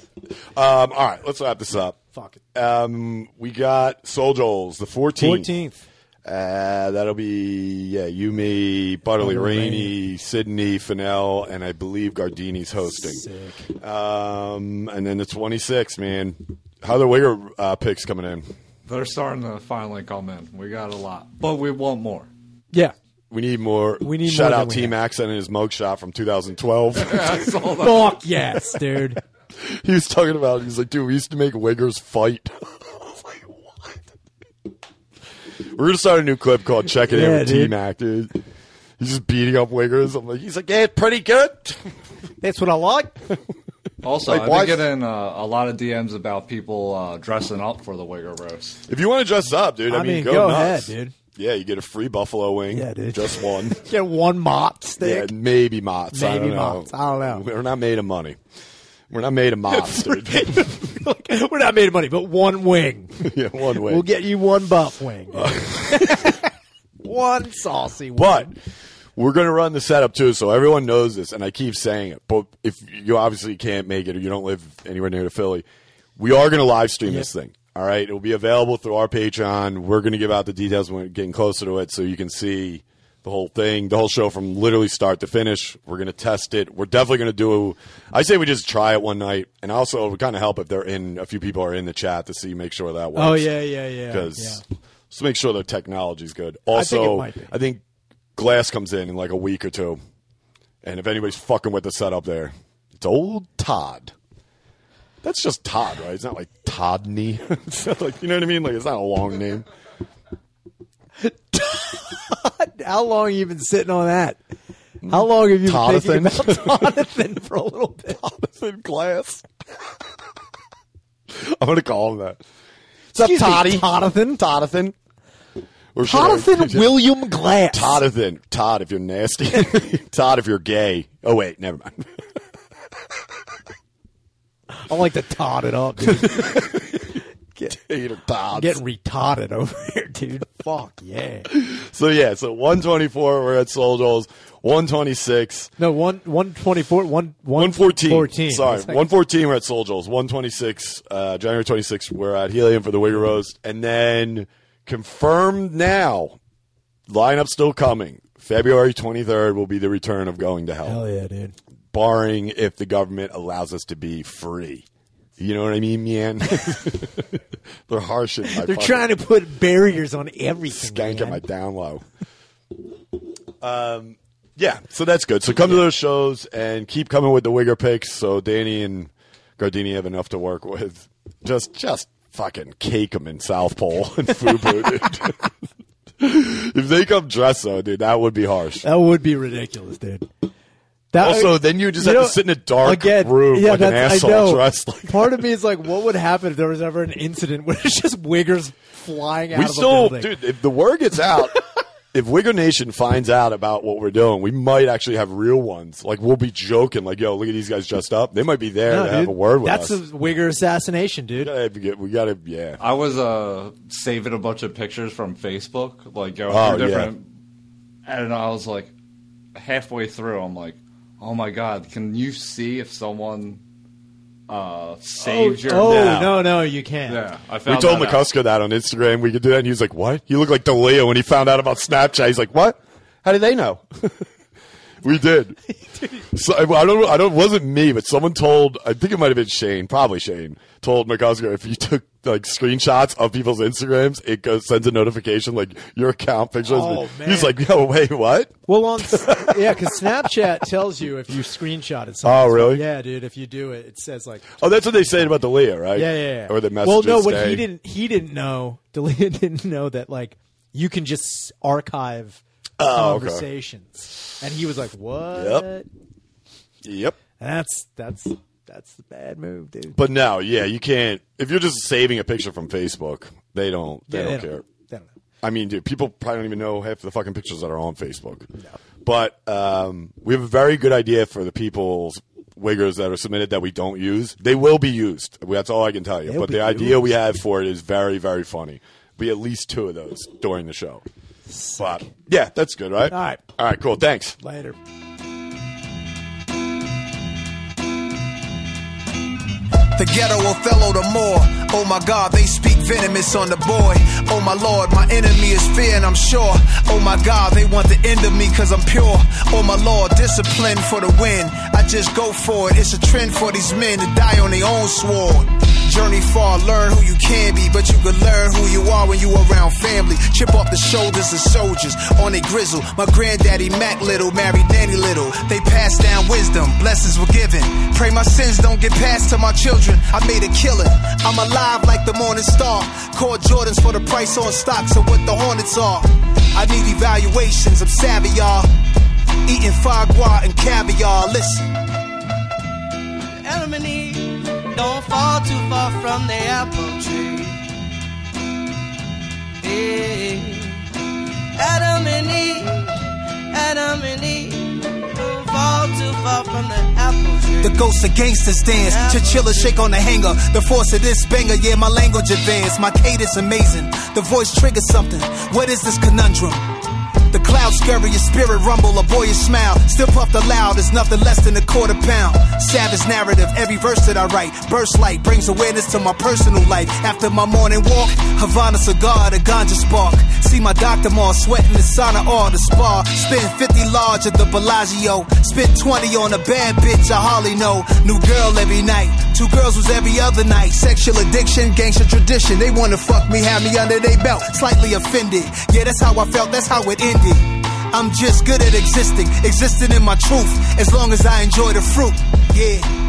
all right, let's wrap this up. Fuck it. Um, we got Soul Joel's the 14th. Fourteenth. Uh, that'll be yeah, you, me, Butterly Rainey, Sydney, Fennell, and I believe Gardini's hosting. Sick. Um, and then the 26, man. How are the Wigger uh, picks coming in? They're starting to finally come in. We got a lot, but we want more. Yeah. We need more. We need shout more out than we Team Accent and his mugshot from 2012. That's all that- Fuck yes, dude. he was talking about. He's like, dude, we used to make Wiggers fight. I was like, what? We're gonna start a new clip called "Check It In" Yeah, with dude. Team Act, dude. He's just beating up Wiggers. I'm like, he's like, yeah, pretty good. That's what I like. also, Like, I've why- been getting uh, a lot of DMs about people uh, dressing up for the Wigger roast. If you want to dress up, dude, I, I mean, mean, go, go nuts. ahead, dude. Yeah, you get a free buffalo wing. Yeah, dude. Just one. Get one mop yeah, stick. maybe Mott's. I Maybe don't know. Mott's. I don't know. We're not made of money. We're not made of Mott's, dude. We're not made of money, but one wing. yeah, one way. We'll get you one buff wing. one saucy wing. but we're going to run the setup, too, so everyone knows this, and I keep saying it. But if you obviously can't make it or you don't live anywhere near to Philly, we are going to live stream this thing. All right? It will be available through our Patreon. We're going to give out the details when we're getting closer to it so you can see the whole thing, the whole show from literally start to finish. We're going to test it. We're definitely going to do. I say we just try it one night, and also it would kind of help if they're in. A few people are in the chat to see, make sure that works. Oh yeah, yeah, yeah. because yeah. just make sure the technology's good. think it Also, I might be. think, Glass comes in in like a week or two, and if anybody's fucking with the setup there, it's old Todd. That's just Todd, right? It's not like Toddney. It's not like you know what I mean? Like it's not a long name. How long you been sitting on that? Mm. How long have you been thinking about Toddathan. Jonathan for a little bit? Toddson Glass. I'm gonna call him that. What's up, Excuse me, Toddy? Toddathan? Toddathan. Or should I- Jonathan William Glass. Toddathan. Todd, if you're nasty. Todd, if you're gay. Oh wait, never mind. I like to tot it up. dude. Get, Eat a Todd. getting retarded over here, dude. Fuck yeah. So yeah, so 124 we're at Soul Joel's, 126, No one one twenty four one one 114. Sorry, That's like- 114 we're at Soul Joel's, 126 uh, January 26th we're at Helium for the Wigger Roast, and then confirmed now, lineup still coming. February 23rd will be the return of Going to Hell, Hell yeah, dude. barring if the government allows us to be free. You know what I mean, man? They're harsh. In my They're fucking- trying to put barriers on everything. skank at man. my down low. um, yeah, so that's good. So come to those shows and keep coming with the Wigger picks. So Danny and Gardini have enough to work with. Just, just fucking cake them in South Pole and FUBU, dude. if they come dressed though, dude, that would be harsh. That would be ridiculous, dude. That, Also, then you just You have know, to sit in a dark room like an that's- I asshole know. dressed like. Part of me is like, what would happen if there was ever an incident where it's just wiggers flying out We of still, a building? dude. If the word gets out, if Wigger Nation finds out about what we're doing, we might actually have real ones. Like we'll be joking, like, "Yo, look at these guys dressed up." They might be there No, to have dude. a word with That's us. a wigger assassination, dude. Gotta have- get- we gotta, yeah. I was uh, saving a bunch of pictures from Facebook, like going Oh, through different. And I was like, halfway through, I'm like, oh my god, can you see if someone uh, saved your? Oh Yeah. no, no, you can't. yeah, I We found. told that out. McCusker that on Instagram. We could do that, and he was like, "What?" He looked like DeLeo when he found out about Snapchat. He's like, "What? How did they know?" we did. So I I don't. I don't. It wasn't me, but someone told. I think it might have been Shane. Probably Shane told McCusker if you took like screenshots of people's Instagrams, it goes sends a notification like your account pictures. Oh, man. He's like, "Yo, wait, what?" Well, on s- yeah, because Snapchat tells you if you screenshotted something. Oh, really? Yeah, dude. If you do it, it says like, Oh, that's what they said about DeLeo, right? yeah, yeah. yeah. Or the messages. Well, no, what stay. he didn't he didn't know. Delia didn't know that like you can just archive Oh, okay. conversations, and he was like, "What?" Yep. Yep. That's that's that's the bad move, dude. But no, yeah, you can't. If you're just saving a picture from Facebook, they don't. They Yeah, don't care. They don't know. I mean, dude, people probably don't even know half the fucking pictures that are on Facebook. But um, we have a very good idea for the people's wiggers that are submitted that we don't use. They will be used. That's all I can tell you. They'll but be the idea we have for it is very, very funny. Be at least two of those during the show. But yeah, that's good, right? All right. All right, cool. Thanks. Later. The ghetto Othello the more. Oh my god, they speak venomous on the boy. Oh my lord, my enemy is fear and I'm sure. Oh my god, they want the end of me cause I'm pure. Oh my lord, discipline for the win. I just go for it. It's a trend for these men to die on their own sword. Journey far, learn who you can be, but you can learn who you are when you around family. Chip off the shoulders of soldiers on a grizzle. My granddaddy Mac Little married Danny Little. They passed down wisdom, blessings were given. Pray my sins don't get passed to my children. I made a killing. I'm alive like the morning star. Call Jordans for the price on stocks of what the Hornets are. I need evaluations. I'm savvy, y'all. Eating foie gras and caviar. Listen. Adam and Eve don't fall too far from the apple tree. Hey. Adam and Eve, Adam and Eve don't fall too far from the apple tree. The ghosts of gangsters dance. Chinchilla shake on the hanger. The force of this banger, yeah, my language advanced. My cadence amazing. The voice triggers something. What is this conundrum? The clouds scurry, your spirit rumble, a boyish smile. Still puffed aloud, it's nothing less than a quarter pound. Savage narrative, every verse that I write. Burst light brings awareness to my personal life. After my morning walk, Havana cigar, the ganja spark. See my doctor more, sweating the sauna or the spa. Spend 50 large at the Bellagio. Spent 20 on a bad bitch I hardly know. New girl every night. Two girls was every other night. Sexual addiction, gangster tradition. They wanna fuck me, have me under their belt. Slightly offended. Yeah, that's how I felt, that's how it ended. I'm just good at existing, existing in my truth. As long as I enjoy the fruit. Yeah.